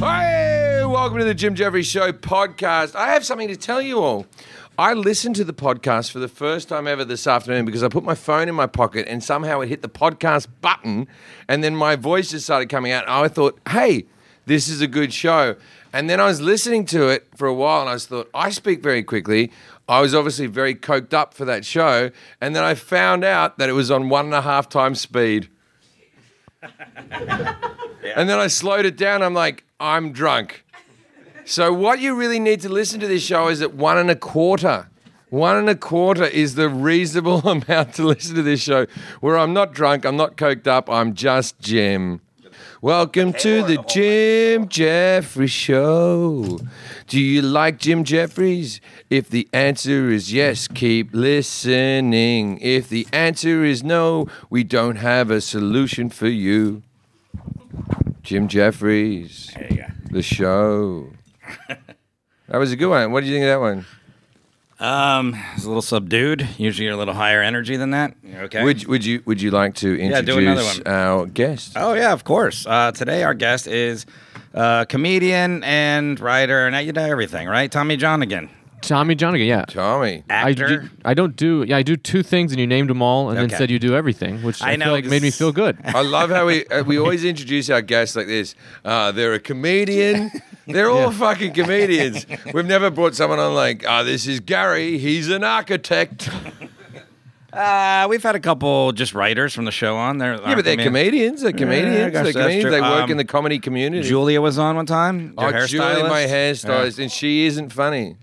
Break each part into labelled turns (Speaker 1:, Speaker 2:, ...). Speaker 1: Hey, welcome to the Jim Jeffries Show podcast. I have something to tell you all. I listened to the podcast for the first time ever this afternoon because I put my phone in my pocket and somehow it hit the podcast button, and then my voice just started coming out. And I thought, hey, this is a good show. And then I was listening to it for a while and I just thought, I speak very quickly. I was obviously very coked up for that show. And then I found out that it was on one and a half times speed. And then I slowed it down. I'm like, I'm drunk. So what you really need to listen to this show is at one and a quarter. One and a quarter is the reasonable amount to listen to this show, where I'm not drunk, I'm not coked up, I'm just Jim. Welcome to the Jim Jeffries Show. Do you like Jim Jeffries? If the answer is yes, keep listening. If the answer is no, we don't have a solution for you. Jim Jeffries. There you go. The show. that was a good one. What do you think of that one?
Speaker 2: Um, it's a little subdued. Usually, you're a little higher energy than that. You're Okay.
Speaker 1: Would would you would you like to introduce
Speaker 2: do another one.
Speaker 1: our guest?
Speaker 2: oh yeah, of course. Uh, today, our guest is uh, comedian and writer, and you know everything, right? Tommy John again,
Speaker 3: Tommy Johnigan, yeah.
Speaker 1: Tommy.
Speaker 3: I,
Speaker 2: actor.
Speaker 3: do, I don't do yeah I do two things and you named them all and
Speaker 2: Okay.
Speaker 3: then said you do everything which
Speaker 2: I
Speaker 3: I,
Speaker 2: know,
Speaker 3: feel like made me
Speaker 2: 'cause-
Speaker 3: feel good.
Speaker 1: I love how we uh, we always introduce our guests like this. Uh, they're a comedian. They're all fucking comedians. We've never brought someone on like, oh, this is Gary. He's an architect.
Speaker 2: Uh, we've had a couple just writers from the show on. They're
Speaker 1: Yeah, but they're comedians. They're comedians.
Speaker 2: I guess
Speaker 1: they're
Speaker 2: that's
Speaker 1: comedians.
Speaker 2: true.
Speaker 1: They work
Speaker 2: Um,
Speaker 1: in the comedy community.
Speaker 2: Julia was on one time.
Speaker 1: Oh,
Speaker 2: your
Speaker 1: Julie, my
Speaker 2: hairstylist.
Speaker 1: hairstylist, and she isn't funny.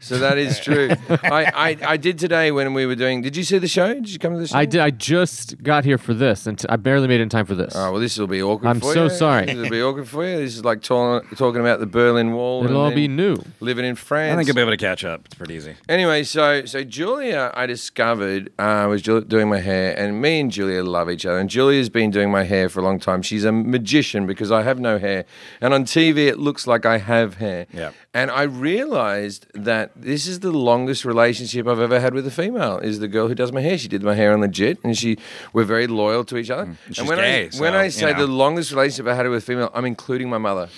Speaker 1: So that is true. I, I, I did today when we were doing. Did you see the show? Did you come to the show?
Speaker 3: I did I just got here for this and t- I barely made it in time for this.
Speaker 1: Oh, well, this will be awkward
Speaker 3: I'm
Speaker 1: for
Speaker 3: so
Speaker 1: you.
Speaker 3: sorry.
Speaker 1: This will be awkward for you. This is like ta- talking about the Berlin Wall.
Speaker 3: It'll
Speaker 1: and
Speaker 3: all
Speaker 1: then
Speaker 3: be new.
Speaker 1: Living in
Speaker 2: I
Speaker 1: France.
Speaker 2: think you'll be able to catch up. It's pretty easy.
Speaker 1: Anyway, so so Julia, I discovered uh, was Ju- doing my hair, and me and Julia love each other. And Julia's been doing my hair for a long time. She's a magician because I have no hair, and on TV it looks like I have hair.
Speaker 2: Yeah.
Speaker 1: And I realized that this is the longest relationship I've ever had with a female. Is the girl who does my hair. She did my hair on legit, and she we're very loyal to each other.
Speaker 2: she's
Speaker 1: and when
Speaker 2: gay,
Speaker 1: I when I
Speaker 2: so, you
Speaker 1: say
Speaker 2: know.
Speaker 1: the longest relationship I had with a female, I'm including my mother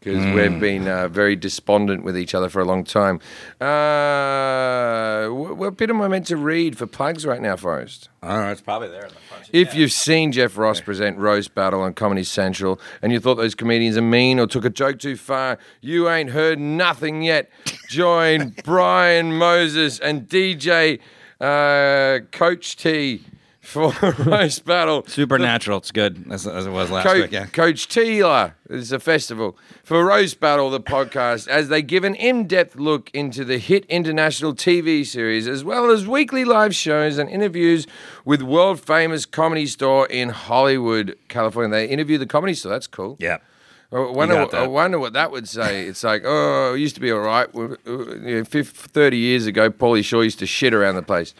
Speaker 1: because
Speaker 2: Hmm.
Speaker 1: we've been uh, very despondent with each other for a long time. Uh, wh- what bit am I meant to read for plugs right now, Forrest?
Speaker 2: Oh, it's probably there. In the front.
Speaker 1: If you've seen Jeff Ross present Roast Battle on Comedy Central and you thought those comedians are mean or took a joke too far, you ain't heard nothing yet. Join Brian Moses and DJ uh, Coach T for Roast Battle.
Speaker 2: Supernatural. It's good as, as it was last
Speaker 1: Co-
Speaker 2: week. Yeah.
Speaker 1: Coach Teeler is a festival for Roast Battle, the podcast, as they give an in depth look into the hit international TV series, as well as weekly live shows and interviews with world famous comedy store in Hollywood, California. They interview the comedy store. That's cool.
Speaker 2: Yeah.
Speaker 1: I wonder,
Speaker 2: You
Speaker 1: what,
Speaker 2: got
Speaker 1: I
Speaker 2: that.
Speaker 1: wonder what that would say. It's like, oh, it used to be all right. Well, uh, you know, fif- 30 years ago, Paulie Shaw used to shit around the place.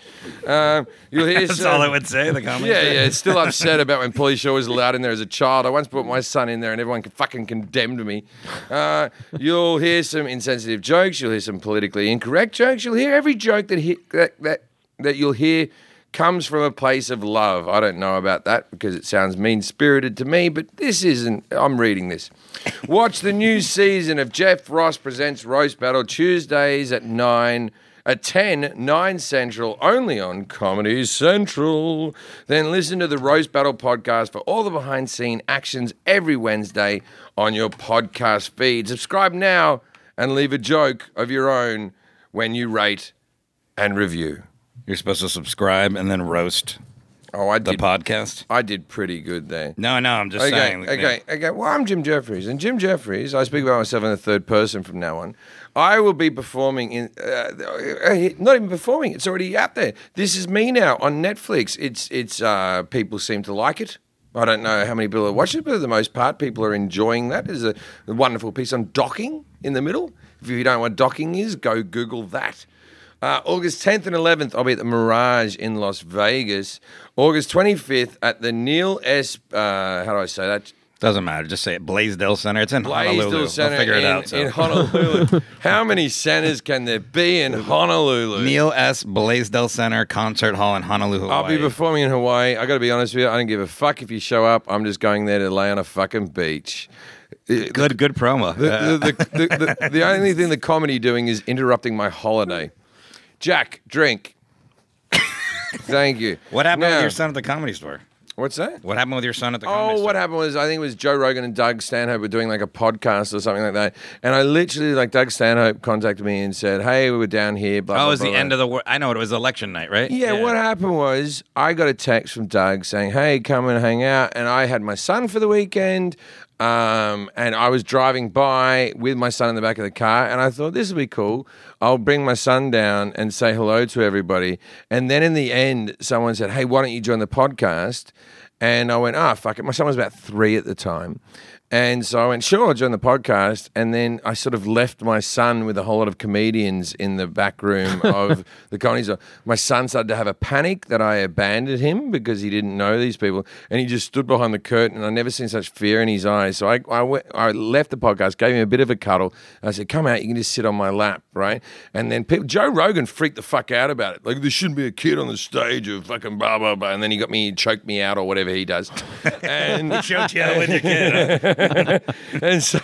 Speaker 1: Um, you'll hear
Speaker 2: That's
Speaker 1: some-
Speaker 2: all I would say. The comedy.
Speaker 1: yeah, yeah. It's still upset about when Polly Shaw was allowed in there as a child. I once put my son in there and everyone fucking condemned me. Uh, you'll hear some insensitive jokes. You'll hear some politically incorrect jokes. You'll hear every joke that he, that, that that you'll hear comes from a place of love. I don't know about that because it sounds mean spirited to me, but this isn't. I'm reading this. Watch the new season of Jeff Ross presents Roast Battle Tuesdays at nine at 10, 9 Central, only on Comedy Central. Then listen to the Roast Battle podcast for all the behind scene actions every Wednesday on your podcast feed. Subscribe now and leave a joke of your own when you rate and review.
Speaker 2: You're supposed to subscribe and then roast
Speaker 1: Oh, I
Speaker 2: the
Speaker 1: did,
Speaker 2: podcast.
Speaker 1: I did pretty good there.
Speaker 2: No, no. I'm just
Speaker 1: Okay,
Speaker 2: saying.
Speaker 1: okay, okay. Well, I'm Jim Jeffries, and Jim Jeffries, I speak about myself in the third person from now on. I will be performing in, uh, uh, not even performing. It's already out there. This is me now on Netflix. It's it's uh, people seem to like it. I don't know how many people have watched it, but for the most part, people are enjoying that. There's a wonderful piece on docking in the middle. If you don't know what docking is, go Google that. Uh, August 10th and 11th, I'll be at the Mirage in Las Vegas. August 25th at the Neil S. Uh, how do I say that?
Speaker 2: Doesn't matter. Just say it. Blaisdell Center. It's in Honolulu.
Speaker 1: Blaisdell Center
Speaker 2: I'll figure
Speaker 1: in,
Speaker 2: it out. So.
Speaker 1: in Honolulu. how many centers can there be in Honolulu?
Speaker 2: Neil S. Blaisdell Center Concert Hall in Honolulu.
Speaker 1: I'll be
Speaker 2: Hawaii.
Speaker 1: performing in Hawaii. I got to be honest with you. I don't give a fuck if you show up. I'm just going there to lay on a fucking beach.
Speaker 2: good. Good promo.
Speaker 1: The,
Speaker 2: Uh,
Speaker 1: the, the, the, the only thing the comedy doing is interrupting my holiday. Jack, drink. Thank you.
Speaker 2: what happened
Speaker 1: Now-
Speaker 2: with your son at the comedy store?
Speaker 1: What's that?
Speaker 2: What happened with your son at the comedy
Speaker 1: Oh,
Speaker 2: store?
Speaker 1: what happened was I think it was Joe Rogan and Doug Stanhope were doing like a podcast or something like that, and I literally like Doug Stanhope contacted me and said, "Hey, we were down here." Blah,
Speaker 2: Oh, it
Speaker 1: blah,
Speaker 2: was
Speaker 1: blah,
Speaker 2: the
Speaker 1: blah.
Speaker 2: end of the world. I know it was election night, right?
Speaker 1: Yeah, what happened was I got a text from Doug saying, "Hey, come and hang out." And I had my son for the weekend, um, and I was driving by with my son in the back of the car, and I thought this would be cool. I'll bring my son down and say hello to everybody. And then in the end, someone said, "Hey, why don't you join the podcast?" And I went, "Ah, fuck it." My son was about three at the time. And so I went, sure, I'll join the podcast. And then I sort of left my son with a whole lot of comedians in the back room of the comedy store. My son started to have a panic that I abandoned him because he didn't know these people. And he just stood behind the curtain. And I never seen such fear in his eyes. So I, I, went, I left the podcast, gave him a bit of a cuddle. I said, come out, you can just sit on my lap, right? And then people, Joe Rogan freaked the fuck out about it. Like, there shouldn't be a kid on the stage or fucking blah, blah, blah. And then he got me, choked me out or whatever he does. And
Speaker 2: Choked you out with your kid.
Speaker 1: and so,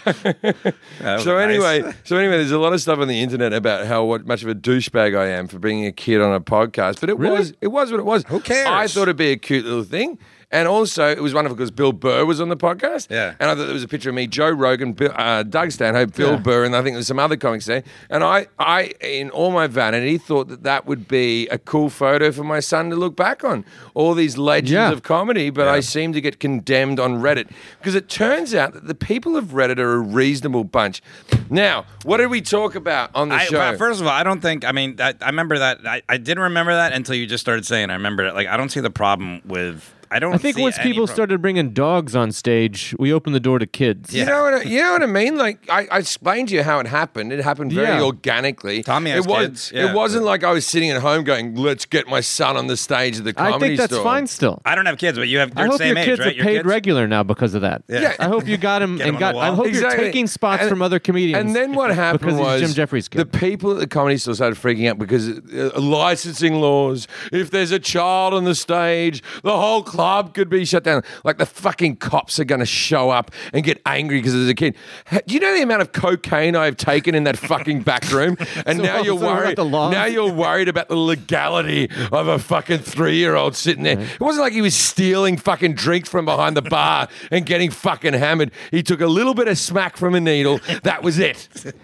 Speaker 2: was
Speaker 1: so
Speaker 2: nice.
Speaker 1: anyway, so anyway, there's a lot of stuff on the internet about how what much of a douchebag I am for bringing a kid on a podcast, but it was it was what it was. Who
Speaker 2: cares?
Speaker 1: I thought it'd be a cute little thing. And also, it was wonderful because Bill Burr was on the podcast.
Speaker 2: Yeah.
Speaker 1: And I thought there was a picture of me, Joe Rogan, Bill, uh, Doug Stanhope, Bill Burr, and I think there was some other comics there. And I, I, in all my vanity, thought that that would be a cool photo for my son to look back on. All these legends
Speaker 3: Yeah.
Speaker 1: of comedy, but I seem to get condemned on Reddit because it turns out that the people of Reddit are a reasonable bunch. Now, what did we talk about on the
Speaker 2: I,
Speaker 1: show?
Speaker 2: well, first of all, I don't think. I mean, I, I remember that. I, I didn't remember that until you just started saying. I remembered it. Like, I don't see the problem with. I don't.
Speaker 3: I think
Speaker 2: see
Speaker 3: once
Speaker 2: any
Speaker 3: people
Speaker 2: pro-
Speaker 3: started bringing dogs on stage, we opened the door to kids.
Speaker 1: You know what I, you know what I mean? Like I, I explained to you how it happened. It happened very
Speaker 3: Yeah.
Speaker 1: organically.
Speaker 2: Tommy has
Speaker 1: it was,
Speaker 2: kids, yeah.
Speaker 1: It wasn't like I was sitting at home going, "Let's get my son on the stage of the comedy
Speaker 3: I think that's
Speaker 1: store."
Speaker 3: fine still.
Speaker 2: I don't have kids, but you have. You're
Speaker 3: I
Speaker 2: the
Speaker 3: hope
Speaker 2: same
Speaker 3: your kids
Speaker 2: age, right?
Speaker 3: are paid
Speaker 2: kids?
Speaker 3: regular now because of that.
Speaker 2: Yeah.
Speaker 3: I hope you got him
Speaker 2: Get 'em
Speaker 3: and
Speaker 2: on
Speaker 3: got.
Speaker 2: the
Speaker 3: I
Speaker 2: wall.
Speaker 3: hope you're taking spots from other comedians.
Speaker 1: And then what happened
Speaker 3: because
Speaker 1: was
Speaker 3: he's Jim Jeffries'
Speaker 1: the
Speaker 3: kid.
Speaker 1: people at the comedy store started freaking out because uh, licensing laws. If there's a child on the stage, the whole club could be shut down. Like the fucking cops are going to show up and get angry because there's a kid. Ha- Do you know the amount of cocaine I've taken in that fucking back room? And now
Speaker 3: So, well,
Speaker 1: you're
Speaker 3: so what about
Speaker 1: worried.
Speaker 3: the laws?
Speaker 1: Now you're worried about the legality of a fucking three-year-old sitting there. It wasn't like he was stealing fucking drinks from behind the bar and getting fucking hammered. He took a little bit of smack from a needle. That was it.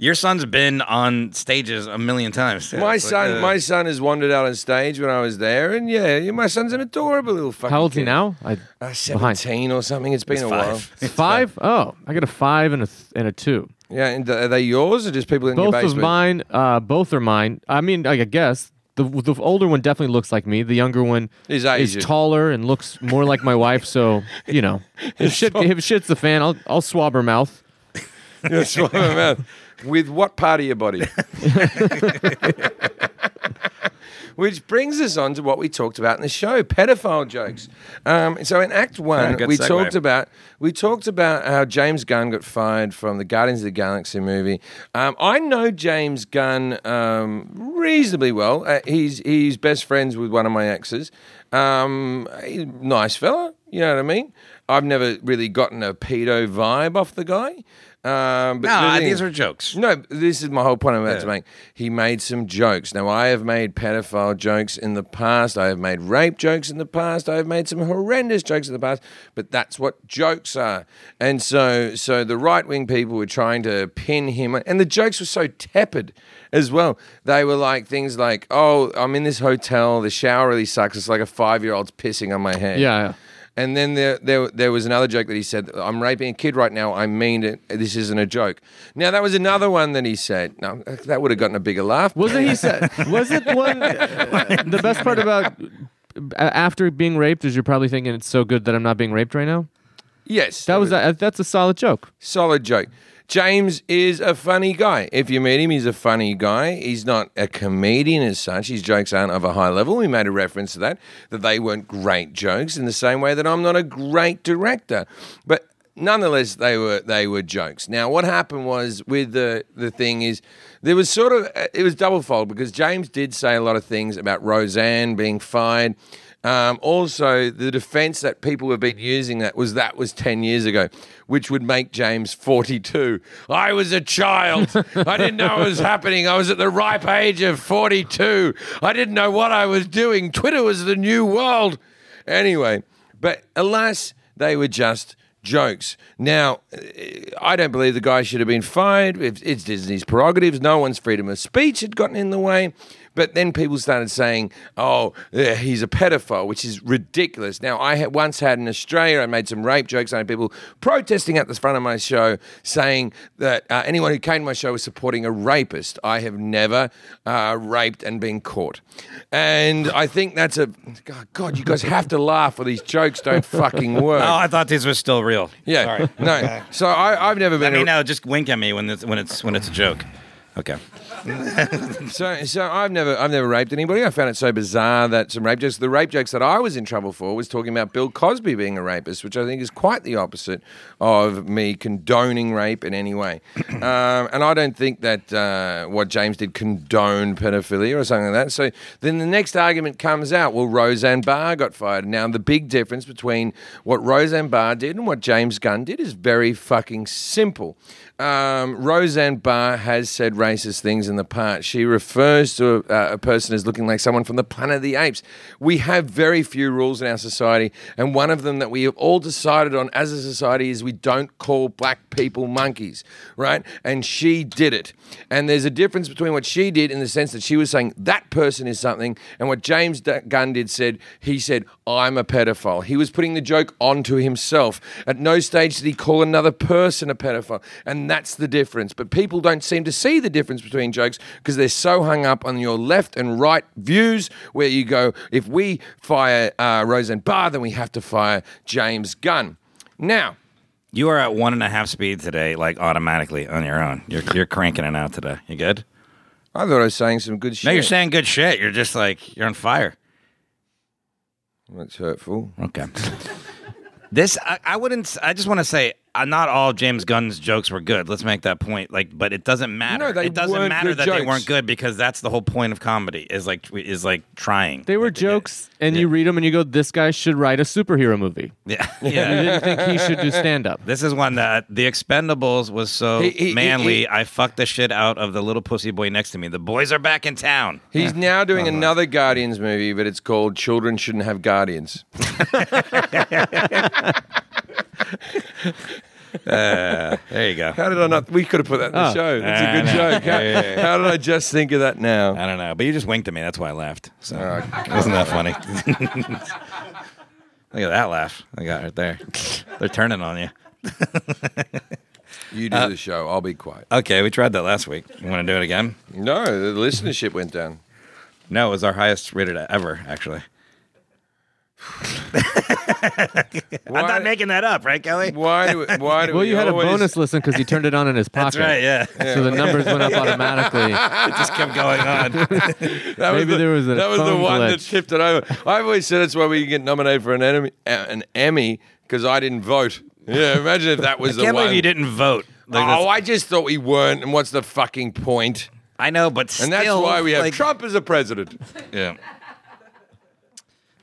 Speaker 2: Your son's been on stages a million times. too.
Speaker 1: My
Speaker 2: It's like,
Speaker 1: son,
Speaker 2: uh,
Speaker 1: my son has wandered out on stage when I was there, and yeah, yeah, my son's an adorable little fucking.
Speaker 3: How old's he
Speaker 1: kid.
Speaker 3: now? I,
Speaker 1: Uh,
Speaker 3: behind.
Speaker 1: Seventeen or something. It's been
Speaker 2: it's
Speaker 1: a
Speaker 2: five.
Speaker 3: It's five. Oh, I got a five and a th- and a two.
Speaker 1: while. Yeah, and are they yours or just people in your
Speaker 3: Both
Speaker 1: basement?
Speaker 3: of mine. Uh, both are mine. I mean, I guess the the older one definitely looks like me. The younger one
Speaker 1: Is
Speaker 3: is
Speaker 1: Asian.
Speaker 3: taller and looks more like my wife. So you know, if shit if shit's the fan, I'll I'll swab her mouth.
Speaker 1: That's what I'm about. With what part of your body? Which brings us on to what we talked about in the show: pedophile jokes. Um, so in Act One,
Speaker 2: Yeah, good
Speaker 1: we
Speaker 2: segue.
Speaker 1: talked about we talked about how James Gunn got fired from the Guardians of the Galaxy movie. Um, I know James Gunn um, reasonably well. Uh, he's he's best friends with one of my exes. Um, he's a nice fella, you know what I mean. I've never really gotten a pedo vibe off the guy. Um, but the
Speaker 2: No,
Speaker 1: thing
Speaker 2: these
Speaker 1: is-
Speaker 2: are jokes.
Speaker 1: no, this is my whole point I'm about to make. He made some jokes. Now, I have made pedophile jokes in the past. I have made rape jokes in the past. I have made some horrendous jokes in the past. But that's what jokes are. And so, so the right wing people were trying to pin him, and the jokes were so tepid as well. They were like things like, "Oh, I'm in this hotel. The shower really sucks. It's like a five year old's pissing on my head."
Speaker 3: Yeah, yeah.
Speaker 1: And then there, there, there was another joke that he said, "I'm raping a kid right now. I mean it. This isn't a joke." Now that was another one that he said. No, that would have gotten a bigger laugh.
Speaker 3: Wasn't he said? Was it one? the best part about a- after being raped is you're probably thinking it's so good that I'm not being raped right now.
Speaker 1: Yes,
Speaker 3: That was a, that's a solid joke.
Speaker 1: solid joke. James is a funny guy. If you meet him, he's a funny guy. He's not a comedian as such. His jokes aren't of a high level. We made a reference to that, that they weren't great jokes in the same way that I'm not a great director. But nonetheless, they were they were jokes. Now, what happened was with the the thing is there was sort of it was double fold because James did say a lot of things about Roseanne being fired. Um, also, the defense that people have been using that was that was 10 years ago, which would make James 42. I was a child. I didn't know it was happening. I was at the ripe age of 42. I didn't know what I was doing. Twitter was the new world. Anyway, but alas, they were just jokes. Now, eh, I don't believe the guy should have been fired. It's it's Disney's prerogatives. No one's freedom of speech had gotten in the way. But then people started saying, oh, eh, he's a pedophile, which is ridiculous. Now, I had once had in Australia, I made some rape jokes. I had people protesting at the front of my show saying that uh, anyone who came to my show was supporting a rapist. I have never uh, raped and been caught. And I think that's a. God, God, you guys have to laugh or these jokes don't fucking work.
Speaker 2: Oh, I thought these were still real.
Speaker 1: uh, Yeah.
Speaker 2: Sorry.
Speaker 1: No. So I, I've never
Speaker 2: I
Speaker 1: been.
Speaker 2: mean,
Speaker 1: a,
Speaker 2: no, just wink at me when it's when it's when it's a joke. Okay.
Speaker 1: So so I've never I've never raped anybody. I found it so bizarre that some rape jokes. The rape jokes that I was in trouble for was talking about Bill Cosby being a rapist, which I think is quite the opposite of me condoning rape in any way. um, and I don't think that uh, what James did condone pedophilia or something like that. So then the next argument comes out. Well, Roseanne Barr got fired. Now the big difference between what Roseanne Barr did and what James Gunn did is very fucking simple. Um, Roseanne Barr has said racist things in the past. She refers to a, a person as looking like someone from the Planet of the Apes. We have very few rules in our society, and one of them that we have all decided on as a society is we don't call black people monkeys, right? And she did it. And there's a difference between what she did in the sense that she was saying that person is something, and what James D- Gunn did said he said I'm a pedophile. He was putting the joke onto himself. At no stage did he call another person a pedophile. And that's the difference. But people don't seem to see the difference between jokes because they're so hung up on your left and right views where you go, if we fire uh, Roseanne Barr, then we have to fire James Gunn. Now,
Speaker 2: You are at one and a half speed today, like automatically on your own. You're you're cranking it out today. You good?
Speaker 1: I thought I was saying some good shit.
Speaker 2: No, you're saying good shit. You're just like you're on fire.
Speaker 1: That's hurtful.
Speaker 2: Okay. this I, I wouldn't. s- I just want to say, uh, not all James Gunn's jokes were good. Let's make that point. Like, but it doesn't matter.
Speaker 1: No, they
Speaker 2: it doesn't
Speaker 1: weren't
Speaker 2: matter
Speaker 1: good
Speaker 2: that they
Speaker 1: jokes.
Speaker 2: weren't good because that's the whole point of comedy. Is like tw- is like trying.
Speaker 3: They were jokes, and you read them and you go, "This guy should write a superhero movie."
Speaker 2: yeah.
Speaker 3: You
Speaker 2: yeah.
Speaker 3: didn't think he should do stand up.
Speaker 2: This is one that the Expendables was so
Speaker 1: He- he-
Speaker 2: manly.
Speaker 1: he-
Speaker 2: I fucked the shit out of the little pussy boy next to me. The boys are back in town.
Speaker 1: He's now doing another Guardians movie, but it's called Children Shouldn't Have Guardians.
Speaker 2: There you go.
Speaker 1: How did I not? We could have put that in the
Speaker 3: Oh.
Speaker 1: show. That's a good
Speaker 2: I know.
Speaker 1: joke. How,
Speaker 2: Yeah, yeah, Uh, yeah.
Speaker 1: how did I just think of that now?
Speaker 2: I don't know, but you just winked at me. That's why I laughed. So wasn't that funny? Look at that laugh I got right there. They're turning on you.
Speaker 1: You do the show. I'll be quiet.
Speaker 2: Okay, we tried that last week. You want to do it again?
Speaker 1: No, the listenership went down.
Speaker 2: No, it was our highest rated ever, actually.
Speaker 1: Why,
Speaker 2: that up, right, Kelly?
Speaker 1: Why do? Why do?
Speaker 3: Well,
Speaker 1: we
Speaker 3: you had a
Speaker 1: always-
Speaker 3: bonus listen because he turned it on in his pocket.
Speaker 2: That's right. Yeah, it
Speaker 3: So the numbers went up automatically.
Speaker 1: Oh,
Speaker 2: just kept going on.
Speaker 1: That
Speaker 3: Maybe there was a
Speaker 1: That was the
Speaker 3: phone
Speaker 1: one that
Speaker 3: glitch.
Speaker 1: tipped it over. I've always said it's why we get nominated for an enemy, uh, an Emmy because I didn't vote. Yeah, imagine if that was the
Speaker 2: Can't
Speaker 1: one.
Speaker 2: believe you didn't vote. Like,
Speaker 1: oh,
Speaker 2: that's-
Speaker 1: I just thought we weren't. And what's the fucking point?
Speaker 2: I know, but still,
Speaker 1: And that's why we have
Speaker 2: like-
Speaker 1: Trump as a president.
Speaker 2: Yeah.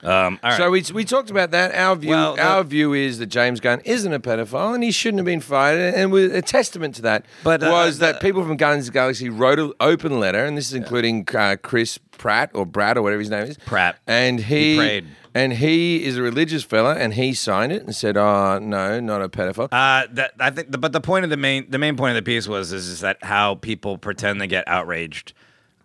Speaker 2: Um, all right.
Speaker 1: So we, we talked about that. Our view
Speaker 2: Well, the-
Speaker 1: our view is that James Gunn isn't a pedophile and he shouldn't have been fired. And with, a testament to that
Speaker 2: But, uh,
Speaker 1: was
Speaker 2: uh,
Speaker 1: that people from Guns Galaxy wrote an open letter, and this is including uh, Chris Pratt or Brad or whatever his name is.
Speaker 2: Pratt.
Speaker 1: And he,
Speaker 2: He prayed.
Speaker 1: and he is a religious fella, and he signed it and said, "Oh no, not a pedophile."
Speaker 2: Uh, that I think, the, but the point of the main the main point of the piece was is, is that how people pretend to get outraged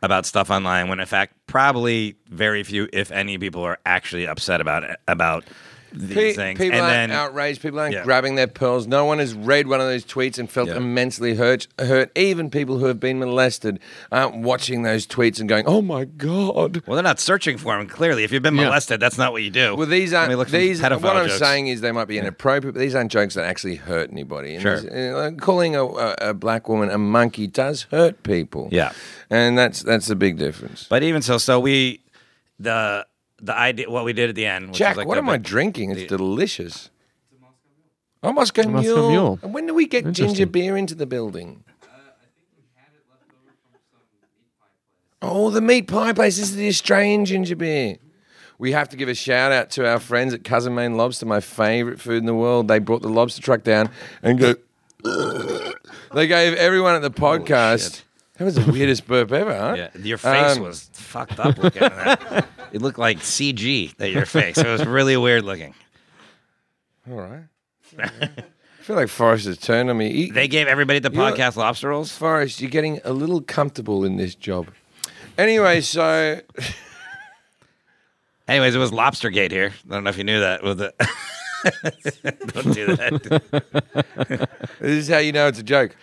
Speaker 2: about stuff online when in fact probably very few, if any, people are actually upset about it about these
Speaker 1: Pe-
Speaker 2: things.
Speaker 1: People
Speaker 2: and
Speaker 1: aren't
Speaker 2: then
Speaker 1: outraged. People aren't
Speaker 2: Yeah.
Speaker 1: grabbing their pearls. No one has read one of those tweets and felt
Speaker 2: Yeah.
Speaker 1: immensely hurt. Hurt. Even people who have been molested aren't watching those tweets and going, "Oh my god."
Speaker 2: well, they're not searching for them. Clearly, if you've been
Speaker 3: Yeah.
Speaker 2: molested, that's not what you do.
Speaker 1: Well, these
Speaker 2: I
Speaker 1: aren't
Speaker 2: mean, look for
Speaker 1: these. What
Speaker 2: pedophile
Speaker 1: I'm
Speaker 2: jokes.
Speaker 1: saying is they might be inappropriate, but these aren't jokes that actually hurt anybody. And
Speaker 2: Sure.
Speaker 1: this- uh, like, calling a, a, a black woman a monkey does hurt people.
Speaker 2: Yeah.
Speaker 1: and that's that's the big difference.
Speaker 2: But even so, so we the the idea what we did at the end. Which
Speaker 1: Jack,
Speaker 2: was like
Speaker 1: what
Speaker 2: the
Speaker 1: am I
Speaker 2: big-
Speaker 1: drinking? It's delicious. A Moscow Mule.
Speaker 3: Moscow Mule.
Speaker 1: And when do we get ginger
Speaker 3: Interesting.
Speaker 1: beer into the building? Oh, the meat pie place. This is the Australian ginger beer. We have to give a shout out to our friends at Cousin Maine Lobster, my favorite food in the world. They brought the lobster truck down and go. they gave everyone at the podcast. That was the weirdest burp ever, huh?
Speaker 2: Oh, Yeah, your face
Speaker 1: Um,
Speaker 2: was fucked up looking. at that. It looked like CG that your face. It was really weird looking.
Speaker 1: All right. I feel like Forrest has turned on me. He-
Speaker 2: They gave everybody at the
Speaker 1: You're-
Speaker 2: podcast lobster rolls.
Speaker 1: Forrest, you're getting a little comfortable in this job. Anyway, so
Speaker 2: Anyways, it was Lobstergate here. I don't know if you knew that. With the don't do that.
Speaker 1: this is how you know it's a joke.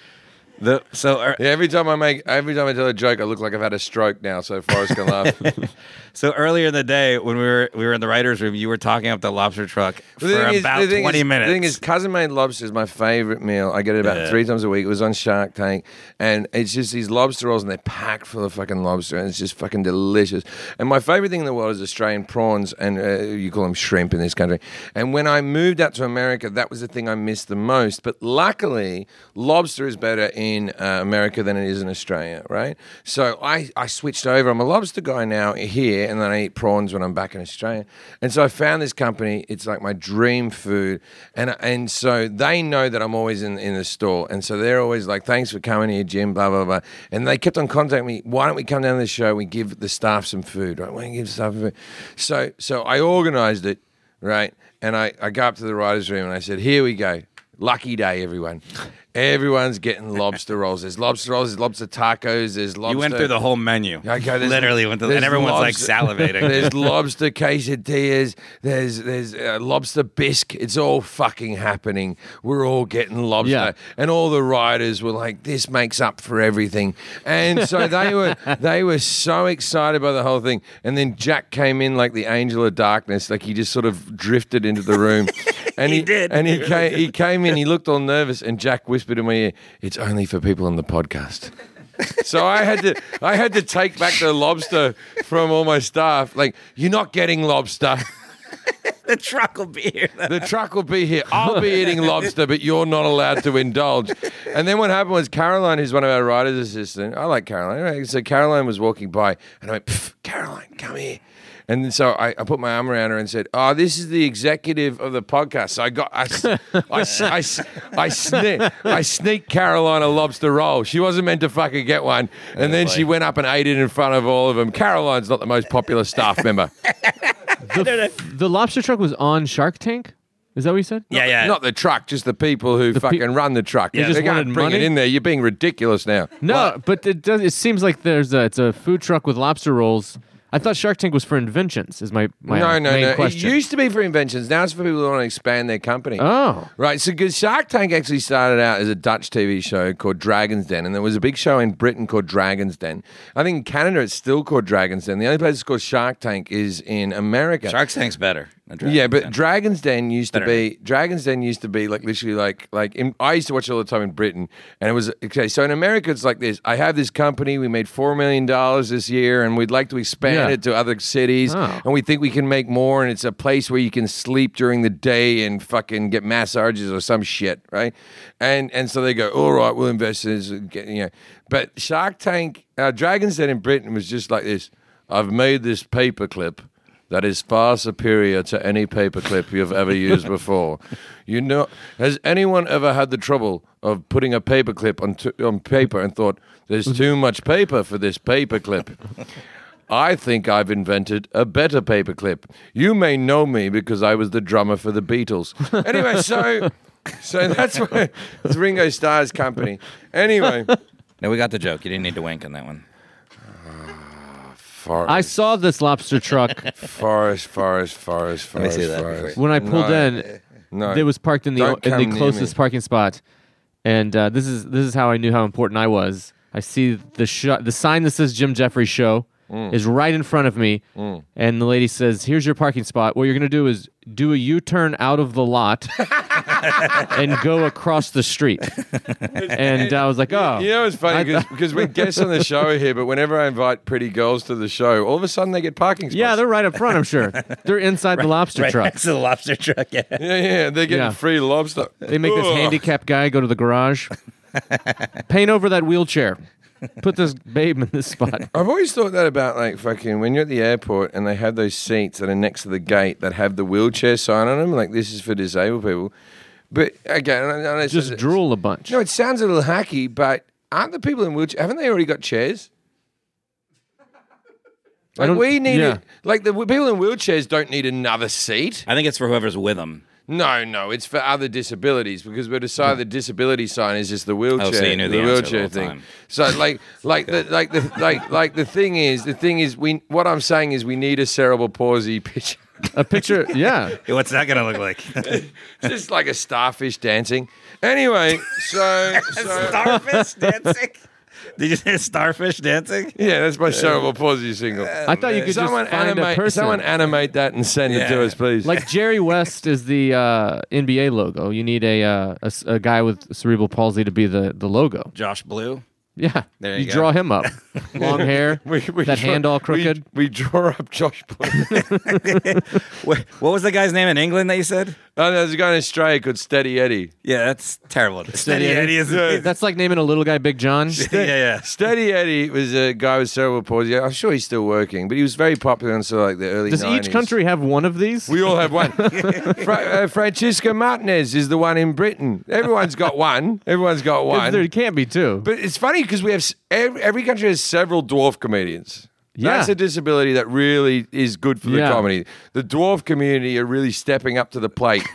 Speaker 2: The, so er,
Speaker 1: Yeah, every time I make, every time I tell a joke, I look like I've had a stroke now. So Forrest can laugh. The
Speaker 2: so earlier in the day when we were we were in the writers' room, you were talking up the lobster truck for
Speaker 1: thing is-
Speaker 2: about
Speaker 1: the thing
Speaker 2: twenty
Speaker 1: is-
Speaker 2: minutes.
Speaker 1: The thing is, cousin made lobster is my favorite meal. I get it about
Speaker 2: Yeah.
Speaker 1: three times a week. It was on Shark Tank, and it's just these lobster rolls, and they're packed full of fucking lobster, and it's just fucking delicious. And my favorite thing in the world is Australian prawns, and uh, you call them shrimp in this country. And when I moved out to America, that was the thing I missed the most. But luckily, lobster is better in uh, America than it is in Australia, right? So I, I switched over. I'm a lobster guy now here, and then I eat prawns when I'm back in Australia. And so I found this company. It's like my dream food, and and so they know that I'm always in in the store, and so they're always like, "Thanks for coming here, Jim." Blah blah blah. And they kept on contacting me. Why don't we come down to the show? We give the staff some food, right? Why don't you give the staff some food? So so I organised it, right? And I I go up to the writers' room and I said, "Here we go." Lucky day, everyone. Everyone's getting lobster rolls. There's lobster rolls, there's lobster tacos, there's lobster.
Speaker 2: you went through the whole menu.
Speaker 1: I go, there's-
Speaker 2: literally went through,
Speaker 1: there's
Speaker 2: and everyone's like
Speaker 1: lobster-
Speaker 2: salivating.
Speaker 1: There's lobster quesadillas. There's there's uh, lobster bisque. It's all fucking happening. We're all getting lobster,
Speaker 3: Yeah.
Speaker 1: and all the riders were like, "This makes up for everything." And so they were they were so excited by the whole thing. And then Jack came in like the angel of darkness, like he just sort of drifted into the room. And he,
Speaker 2: did.
Speaker 1: And he came, he came in. He looked all nervous, and Jack whispered in my ear, "It's only for people on the podcast." So I had to I had to take back the lobster from all my staff. Like, you're not getting lobster.
Speaker 2: the truck will be here.
Speaker 1: The truck will be here. I'll be eating lobster, but you're not allowed to indulge. And then what happened was Caroline, who's one of our writer's assistant, I like Caroline. right? So Caroline was walking by and I went, "Pff, Caroline, come here. And then so I, I put my arm around her and said, "Oh, this is the executive of the podcast." So I got I, s- I, s- I, s- I sneak I sneak Caroline a lobster roll. She wasn't meant to fucking get one, and then she went up and ate it in front of all of them. Caroline's not the most popular staff member.
Speaker 3: The, the lobster truck was on Shark Tank. Is that what you said?
Speaker 2: yeah, yeah.
Speaker 1: Not the truck, just the people who fucking run the truck.
Speaker 3: just
Speaker 1: They can't
Speaker 3: wanted
Speaker 1: bring it
Speaker 3: money?
Speaker 1: in there. You're being ridiculous now.
Speaker 3: No, but it does. It seems like there's a it's a food truck with lobster rolls. I thought Shark Tank was for inventions. Is my my
Speaker 1: no, no,
Speaker 3: main
Speaker 1: no.
Speaker 3: question?
Speaker 1: It used to be for inventions. Now it's for people who want to expand their company.
Speaker 3: oh,
Speaker 1: Right, so 'cause Shark Tank actually started out as a Dutch TV show called Dragon's Den, and there was a big show in Britain called Dragon's Den. I think in Canada it's still called Dragon's Den. The only place it's called Shark Tank is in America.
Speaker 2: Shark Tank's better. than Dragon
Speaker 1: yeah, but
Speaker 2: Tank.
Speaker 1: Dragon's Den used to
Speaker 2: Better
Speaker 1: be Dragon's Den used to be like literally like like in, I used to watch it all the time in Britain, and it was okay. So in America, it's like this: I have this company, we made four million dollars this year, and we'd like to expand
Speaker 3: Yeah.
Speaker 1: it to other cities,
Speaker 3: Oh.
Speaker 1: and we think we can make more. And it's a place where you can sleep during the day and fucking get massages or some shit, right? And and so they go, all right, we'll invest in this, and get, you know. But Shark Tank, uh, Dragon's Den in Britain was just like this: I've made this paperclip that is far superior to any paperclip you've ever used before. You know, has anyone ever had the trouble of putting a paperclip on t- on paper and thought there's too much paper for this paperclip? I think I've invented a better paperclip. You may know me because I was the drummer for the Beatles. Anyway, so so that's where it's Ringo Starr's company. Anyway,
Speaker 2: no, we got the joke. You didn't need to wink on that one.
Speaker 1: forest.
Speaker 3: I saw this lobster truck
Speaker 1: forest, forest, forest, forest.
Speaker 2: me see that
Speaker 1: forest.
Speaker 3: when I pulled
Speaker 1: No,
Speaker 3: in.
Speaker 1: No,
Speaker 3: It was parked in the
Speaker 1: Don't come
Speaker 3: in
Speaker 1: near
Speaker 3: the
Speaker 1: me.
Speaker 3: closest parking spot, and uh, this is this is how I knew how important I was. I see the sh- the sign that says Jim Jeffries Show
Speaker 1: Mm.
Speaker 3: is right in front of me, and the lady says, "Here's your parking spot. What you're gonna do is do a U-turn out of the lot." and go across the street, and I was like, "Oh,
Speaker 1: You know, it's
Speaker 3: I-
Speaker 1: funny because we guests on the show here, but whenever I invite pretty girls to the show, all of a sudden they get parking spots.
Speaker 3: yeah, they're right up front. I'm sure they're inside the lobster
Speaker 2: right
Speaker 3: truck.
Speaker 2: next to the lobster truck. Yeah.
Speaker 1: yeah, yeah, they're getting
Speaker 3: Yeah.
Speaker 1: free lobster.
Speaker 3: They make this
Speaker 1: Ugh.
Speaker 3: handicapped guy go to the garage, paint over that wheelchair, put this babe in this spot.
Speaker 1: I've always thought that about like fucking when you're at the airport and they have those seats that are next to the gate that have the wheelchair sign on them, like this is for disabled people. But again, I know it's-
Speaker 3: Just
Speaker 1: it's-
Speaker 3: drool a bunch.
Speaker 1: No, it sounds a little hacky, but aren't the people in wheelchair? Haven't they already got chairs? Like
Speaker 3: don't-
Speaker 1: we need
Speaker 3: yeah.
Speaker 1: it. Like the w- people in wheelchairs don't need another seat.
Speaker 2: I think it's for whoever's with them.
Speaker 1: No, no, it's for other disabilities because we
Speaker 3: Hmm.
Speaker 1: decided the disability sign is just the wheelchair,
Speaker 2: so you knew the answer the
Speaker 1: wheelchair
Speaker 2: whole
Speaker 1: thing.
Speaker 2: time.
Speaker 1: So like, like the like the like like the thing is the thing is we what I'm saying is we need a cerebral palsy picture,
Speaker 3: A picture, yeah.
Speaker 2: What's that going to look like?
Speaker 1: just like a starfish dancing. Anyway, so, so
Speaker 2: starfish dancing? Did you say starfish dancing?
Speaker 1: yeah, that's my cerebral palsy single.
Speaker 3: I thought you could
Speaker 1: Someone
Speaker 3: just find a
Speaker 1: animate,
Speaker 3: person.
Speaker 1: someone animate that and send it to
Speaker 2: Yeah.
Speaker 1: us, please.
Speaker 3: like Jerry West is the uh, NBA logo. You need a, uh, a s- a guy with cerebral palsy to be the, the logo.
Speaker 2: Josh Blue.
Speaker 3: Yeah,
Speaker 2: There you go.
Speaker 3: draw him up, long hair,
Speaker 1: We- we
Speaker 3: that
Speaker 1: draw-
Speaker 3: hand all
Speaker 1: we-
Speaker 3: crooked.
Speaker 1: We, draw up Josh. Blue.
Speaker 2: What, what was the guy's name in England that you said?
Speaker 1: oh, there's a guy in Australia called Steady Eddie.
Speaker 2: Yeah, that's terrible. Steady Eddie is
Speaker 3: That's like naming a little guy Big John.
Speaker 2: yeah, yeah.
Speaker 1: Steady Eddie was a guy with cerebral palsy. I'm sure he's still working, but he was very popular until like the early.
Speaker 3: Does
Speaker 1: 90s.
Speaker 3: each country have one of these?
Speaker 1: We all have one. Fra- uh, Francisca Martinez is the one in Britain. Everyone's got one. Everyone's got
Speaker 3: 'Cause
Speaker 1: one.
Speaker 3: there can't be two.
Speaker 1: But it's funny because we have s- every, every country has several dwarf comedians.
Speaker 3: Yeah.
Speaker 1: That's a disability that really is good for the
Speaker 3: Yeah.
Speaker 1: comedy. The dwarf community are really stepping up to the plate.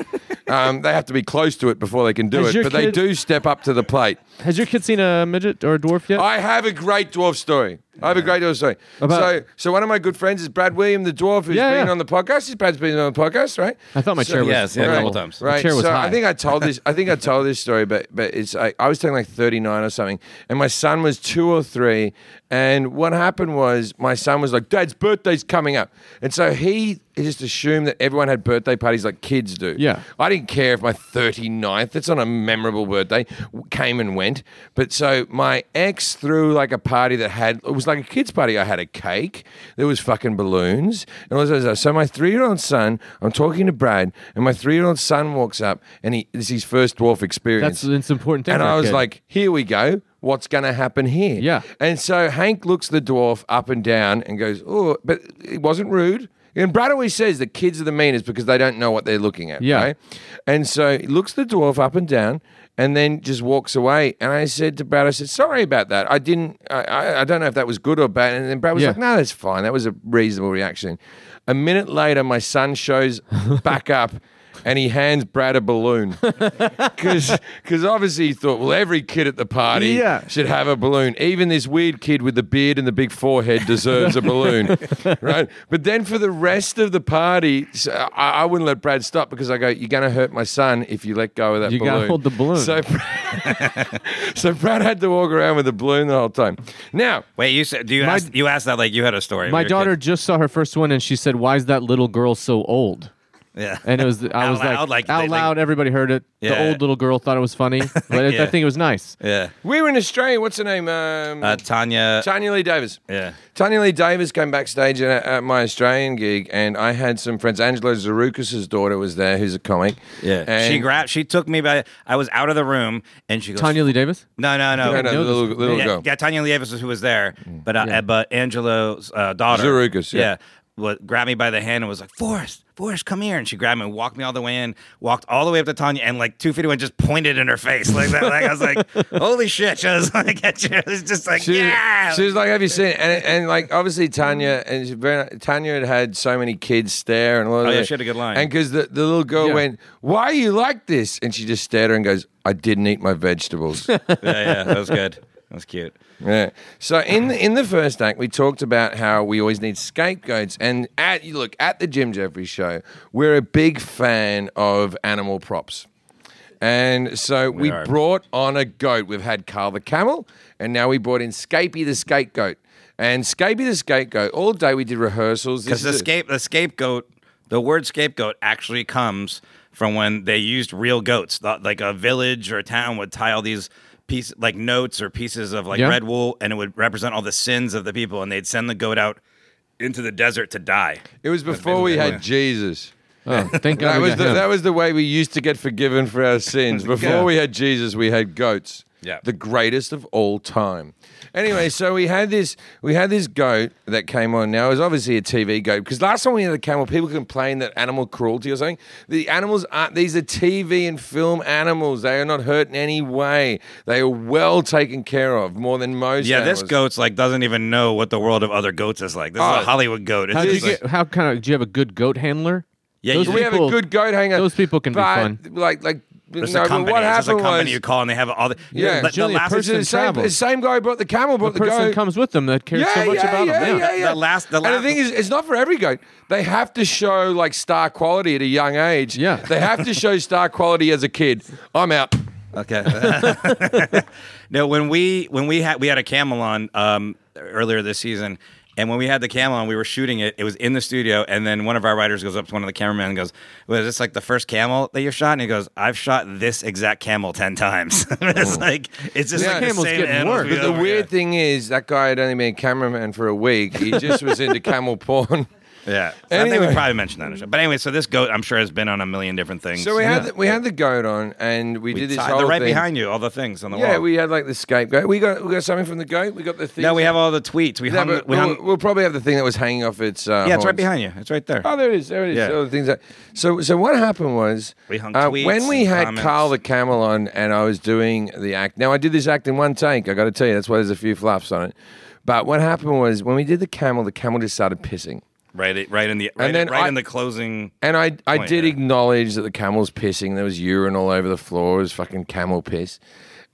Speaker 1: um, they have to be close to it before they can do
Speaker 3: Has
Speaker 1: it,
Speaker 3: your
Speaker 1: but
Speaker 3: kid-
Speaker 1: they do step up to the plate.
Speaker 3: Has your kid seen a midget or a dwarf yet?
Speaker 1: I have a great dwarf story. I have a great dwarf story.
Speaker 3: About-
Speaker 1: so, so one of my good friends is Brad William, the dwarf, who's
Speaker 3: Yeah,
Speaker 1: been
Speaker 3: yeah.
Speaker 1: on the podcast. Brad's been on the podcast, right?
Speaker 3: I thought my
Speaker 1: So-
Speaker 3: chair was
Speaker 2: yes, yeah, a
Speaker 3: right.
Speaker 2: couple times.
Speaker 3: My chair was
Speaker 1: so
Speaker 3: high.
Speaker 1: I think I told this. I think I told this story, but but it's I, I was telling like thirty nine or something, and my son was two or three, and what happened was my son was like, "Dad's birthday's coming up," and so he just assumed that everyone had birthday parties like kids do.
Speaker 3: Yeah.
Speaker 1: I didn't care if my 39th, it's on a memorable birthday, w- came and went. But so my ex threw like a party that had, it was like a kid's party. I had a cake, there was fucking balloons. And all this other stuff. so my three year old son, I'm talking to Brad, and my three year old son walks up and he, this is his first dwarf experience.
Speaker 3: That's it's an important thing.
Speaker 1: and
Speaker 3: for a
Speaker 1: I was
Speaker 3: kid.
Speaker 1: like, here we go. What's going to happen here?
Speaker 3: Yeah.
Speaker 1: And so Hank looks the dwarf up and down and goes, oh, but it wasn't rude. And Brad always says the kids are the meanest because they don't know what they're looking at.
Speaker 3: Yeah.
Speaker 1: right? And so he looks the dwarf up and down and then just walks away. And I said to Brad, I said, sorry about that. I didn't, I, I, I don't know if that was good or bad. And then Brad was
Speaker 3: Yeah.
Speaker 1: like, no, that's fine. That was a reasonable reaction. A minute later, my son shows back up. And he hands Brad a balloon because obviously he thought, well, every kid at the party
Speaker 3: Yeah.
Speaker 1: should have a balloon. Even this weird kid with the beard and the big forehead deserves a balloon, right? But then for the rest of the party, s- I, I wouldn't let Brad stop because I go, "You're going to hurt my son if you let go of that
Speaker 3: You
Speaker 1: balloon."
Speaker 3: gotta hold the balloon.
Speaker 1: So, so Brad had to walk around with a balloon the whole time. Now,
Speaker 2: Wait, you said do you ask, you asked that like you had a story?
Speaker 3: My
Speaker 2: with your
Speaker 3: daughter
Speaker 2: kid.
Speaker 3: just saw her first one, and she said, "Why is that little girl so old?"
Speaker 2: Yeah.
Speaker 3: And it was I
Speaker 2: Out
Speaker 3: was
Speaker 2: loud, like,
Speaker 3: out
Speaker 2: they- like-
Speaker 3: loud. everybody heard it. The
Speaker 2: Yeah.
Speaker 3: old little girl thought it was funny, but I- I
Speaker 2: Yeah.
Speaker 3: think it was nice.
Speaker 2: yeah.
Speaker 1: we were in Australia. What's her name? Um,
Speaker 2: Uh, Tanya.
Speaker 1: Tanya Lee Davis.
Speaker 2: Yeah.
Speaker 1: Tanya Lee Davis came backstage at, at my Australian gig, and I had some friends. Angela Zarukis' daughter was there, who's a comic.
Speaker 2: yeah.
Speaker 1: And
Speaker 2: she grabbed. She took me by. I was out of the room, and she goes.
Speaker 3: Tanya Lee Davis.
Speaker 2: No, no, no.
Speaker 1: No, no,
Speaker 3: know
Speaker 1: the
Speaker 3: this-
Speaker 1: little, little
Speaker 2: yeah,
Speaker 1: girl.
Speaker 2: yeah, Tanya Lee Davis was who was there, but uh, but Angelo's uh, daughter,
Speaker 1: Zarukis, Mm. yeah.
Speaker 2: wa- grabbed me by the hand and was like, "Forrest, Forrest, come here!" And she grabbed me, and walked me all the way in, walked all the way up to Tanya, and like two feet away, just pointed in her face like that. Like I was like, "Holy shit!" She was like, at you. It was just like,
Speaker 1: She,
Speaker 2: "Yeah."
Speaker 1: she was like, "Have you seen?" And, and like, obviously, Tanya and she, very- Tanya had had so many kids stare and all
Speaker 2: Oh,
Speaker 1: that.
Speaker 2: yeah, she had a good line.
Speaker 1: And because the, the little girl
Speaker 3: Yeah.
Speaker 1: went, "Why are you like this?" and she just stared at her and goes, "I didn't eat my vegetables."
Speaker 2: yeah, yeah, that was good. That was cute.
Speaker 1: Yeah. So in the, in the first act, we talked about how we always need scapegoats, and at you look at the Jim Jeffries show, we're a big fan of animal props, and so we,
Speaker 2: are.
Speaker 1: brought on a goat. We've had Carl the camel, and now we brought in Scapy the scapegoat. And Scapy the scapegoat. All day we did rehearsals. This
Speaker 2: Because the
Speaker 1: is it.
Speaker 2: scape the scapegoat, the word scapegoat actually comes from when they used real goats. Th- Like a village or a town would tie all these pieces, like notes or pieces of like
Speaker 3: Yeah.
Speaker 2: red wool, and it would represent all the sins of the people, and they'd send the goat out into the desert to die.
Speaker 1: It was before we had Jesus.
Speaker 3: Oh, thank God.
Speaker 1: That
Speaker 3: we
Speaker 1: was
Speaker 3: got
Speaker 1: the,
Speaker 3: him.
Speaker 1: that was the way we used to get forgiven for our sins. Before
Speaker 2: Yeah.
Speaker 1: we had Jesus, we had goats.
Speaker 2: Yeah.
Speaker 1: The greatest of all time. Anyway, so we had this we had this goat that came on. Now it was obviously a TV goat because last time we had the camel, people complained that animal cruelty or something. The animals aren't these are TV and film animals. They are not hurt in any way. They are well taken care of, more than most.
Speaker 2: Yeah, this
Speaker 1: animals.
Speaker 2: goat's like doesn't even know what the world of other goats is like. This
Speaker 1: Oh.
Speaker 2: is a Hollywood goat. It's
Speaker 3: How did you
Speaker 2: just like-
Speaker 3: get? How kind of? Do you have a good goat handler?
Speaker 2: Yeah,
Speaker 3: Those
Speaker 2: you-
Speaker 1: we have a
Speaker 3: people-
Speaker 1: good goat hanger.
Speaker 3: those people can be
Speaker 1: but,
Speaker 3: fun.
Speaker 1: Like like
Speaker 2: there's
Speaker 1: no,
Speaker 2: a
Speaker 1: but
Speaker 2: company.
Speaker 1: what
Speaker 2: It's just
Speaker 1: happened
Speaker 2: a company
Speaker 1: was
Speaker 2: you call and they have all the
Speaker 1: Yeah.
Speaker 2: But the
Speaker 3: Julie, a
Speaker 2: last
Speaker 3: person
Speaker 1: the
Speaker 3: and
Speaker 1: same,
Speaker 3: travels.
Speaker 1: the same guy brought the camel,
Speaker 3: The
Speaker 1: brought the,
Speaker 3: person
Speaker 1: goat.
Speaker 3: comes with them that cares so much about
Speaker 1: yeah,
Speaker 3: them.
Speaker 1: Yeah, yeah,
Speaker 2: The-
Speaker 1: yeah.
Speaker 2: the last- the
Speaker 1: And
Speaker 2: last-
Speaker 1: the thing is, it's not for every goat. They have to show like star quality at a young age.
Speaker 3: Yeah.
Speaker 1: They have to show star quality as a kid. I'm out.
Speaker 2: Okay. no, when we when we had we had a camel on um, earlier this season, and when we had the camel on, we were shooting it. It was in the studio, and then one of our writers goes up to one of the cameramen and goes, "Was this like the first camel that you've shot?" And he goes, "I've shot this exact camel ten times." it's like it's just
Speaker 1: Yeah.
Speaker 2: like the
Speaker 3: Camel's
Speaker 2: same
Speaker 3: getting
Speaker 2: animals
Speaker 3: worse.
Speaker 2: we
Speaker 1: But the
Speaker 2: over-
Speaker 1: weird thing is, that guy had only been a cameraman for a week. He just was into camel porn.
Speaker 2: Yeah, So I think
Speaker 1: Anyway.
Speaker 2: we probably mentioned that. in the show. But anyway, so this goat, I'm sure, has been on a million different things.
Speaker 1: So we had the, we had the goat on, and we, did this
Speaker 2: Tie-
Speaker 1: whole
Speaker 2: they're right
Speaker 1: thing.
Speaker 2: behind you, all the things on the
Speaker 1: Yeah,
Speaker 2: wall.
Speaker 1: we had like the scapegoat. We got we got something from the goat. We got the thing.
Speaker 2: now we have all the tweets. We hung.
Speaker 1: but
Speaker 2: we hung
Speaker 1: we'll, we'll probably have the thing that was hanging off its. Uh,
Speaker 2: yeah, it's right
Speaker 1: horns.
Speaker 2: behind you. It's right there.
Speaker 1: Oh, there it is. There it is.
Speaker 2: Yeah.
Speaker 1: All the things that- so, so what happened was
Speaker 2: We hung
Speaker 1: uh,
Speaker 2: tweets
Speaker 1: when we
Speaker 2: and
Speaker 1: had
Speaker 2: comments.
Speaker 1: Carl the Camel on, and I was doing the act. Now I did this act in one take. I got to tell you, that's why there's a few flaps on it. But what happened was when we did the camel, the camel just started pissing.
Speaker 2: Right, right in the right,
Speaker 1: then
Speaker 2: right
Speaker 1: I-
Speaker 2: in the closing.
Speaker 1: And I, I
Speaker 2: Point,
Speaker 1: did
Speaker 2: yeah.
Speaker 1: acknowledge that the camel's pissing. There was urine all over the floor. It was fucking camel piss.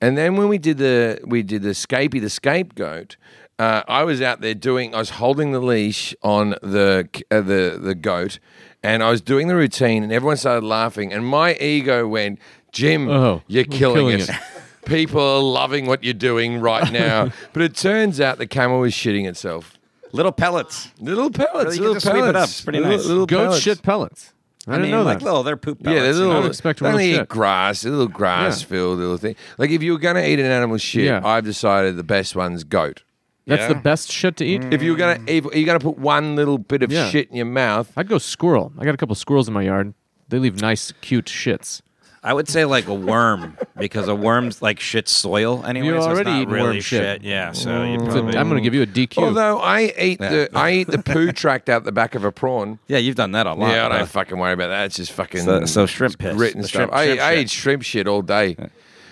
Speaker 1: And then when we did the we did the scapey the scapegoat, uh, I was out there doing. I was holding the leash on the uh, the the goat, and I was doing the routine, and everyone started laughing, and my ego went, Jim,
Speaker 3: Oh,
Speaker 1: you're
Speaker 3: I'm
Speaker 1: killing,
Speaker 3: killing
Speaker 1: us.
Speaker 3: it."
Speaker 1: People are loving what you're doing right now. but it turns out the camel was shitting itself.
Speaker 2: Little pellets.
Speaker 1: Little pellets,
Speaker 2: You can
Speaker 1: little
Speaker 2: just sweep it
Speaker 1: pellets.
Speaker 2: up. It's pretty
Speaker 1: little,
Speaker 2: nice.
Speaker 1: Little
Speaker 3: Goat
Speaker 1: pellets.
Speaker 3: shit pellets. I, didn't
Speaker 2: mean,
Speaker 3: know
Speaker 2: like
Speaker 3: that.
Speaker 2: little, they're poop pellets.
Speaker 1: Yeah, there's a
Speaker 2: you know?
Speaker 1: little.
Speaker 3: don't expect
Speaker 1: they
Speaker 3: real
Speaker 1: only eat
Speaker 3: shit.
Speaker 1: grass. A little grass filled little thing. Like if you were gonna eat an animal shit,
Speaker 3: Yeah.
Speaker 1: I've decided the best one's goat.
Speaker 3: That's
Speaker 2: Yeah.
Speaker 3: the best shit to eat.
Speaker 1: Mm. If you were gonna, if you're gonna put one little bit of
Speaker 3: Mm. Yeah.
Speaker 1: shit in your mouth,
Speaker 3: I'd go squirrel. I got a couple squirrels in my yard. They leave nice, cute shits.
Speaker 2: I would say like a worm because a worm's like shit soil anyway.
Speaker 3: You're
Speaker 2: so it's
Speaker 3: already
Speaker 2: not
Speaker 3: eating
Speaker 2: really
Speaker 3: worm shit.
Speaker 2: Yeah, so you
Speaker 3: So
Speaker 2: probably,
Speaker 3: I'm going to give you a DQ.
Speaker 1: although I eat the I eat the poo tract out the back of a prawn.
Speaker 2: yeah, you've done that a lot.
Speaker 1: Yeah, I
Speaker 2: huh?
Speaker 1: don't fucking worry about that. It's just fucking
Speaker 2: So- so shrimp piss.
Speaker 1: grit and
Speaker 2: The
Speaker 1: stuff.
Speaker 2: shrimp-
Speaker 1: I,
Speaker 2: shrimp
Speaker 1: I
Speaker 2: shit.
Speaker 1: eat shrimp shit all day.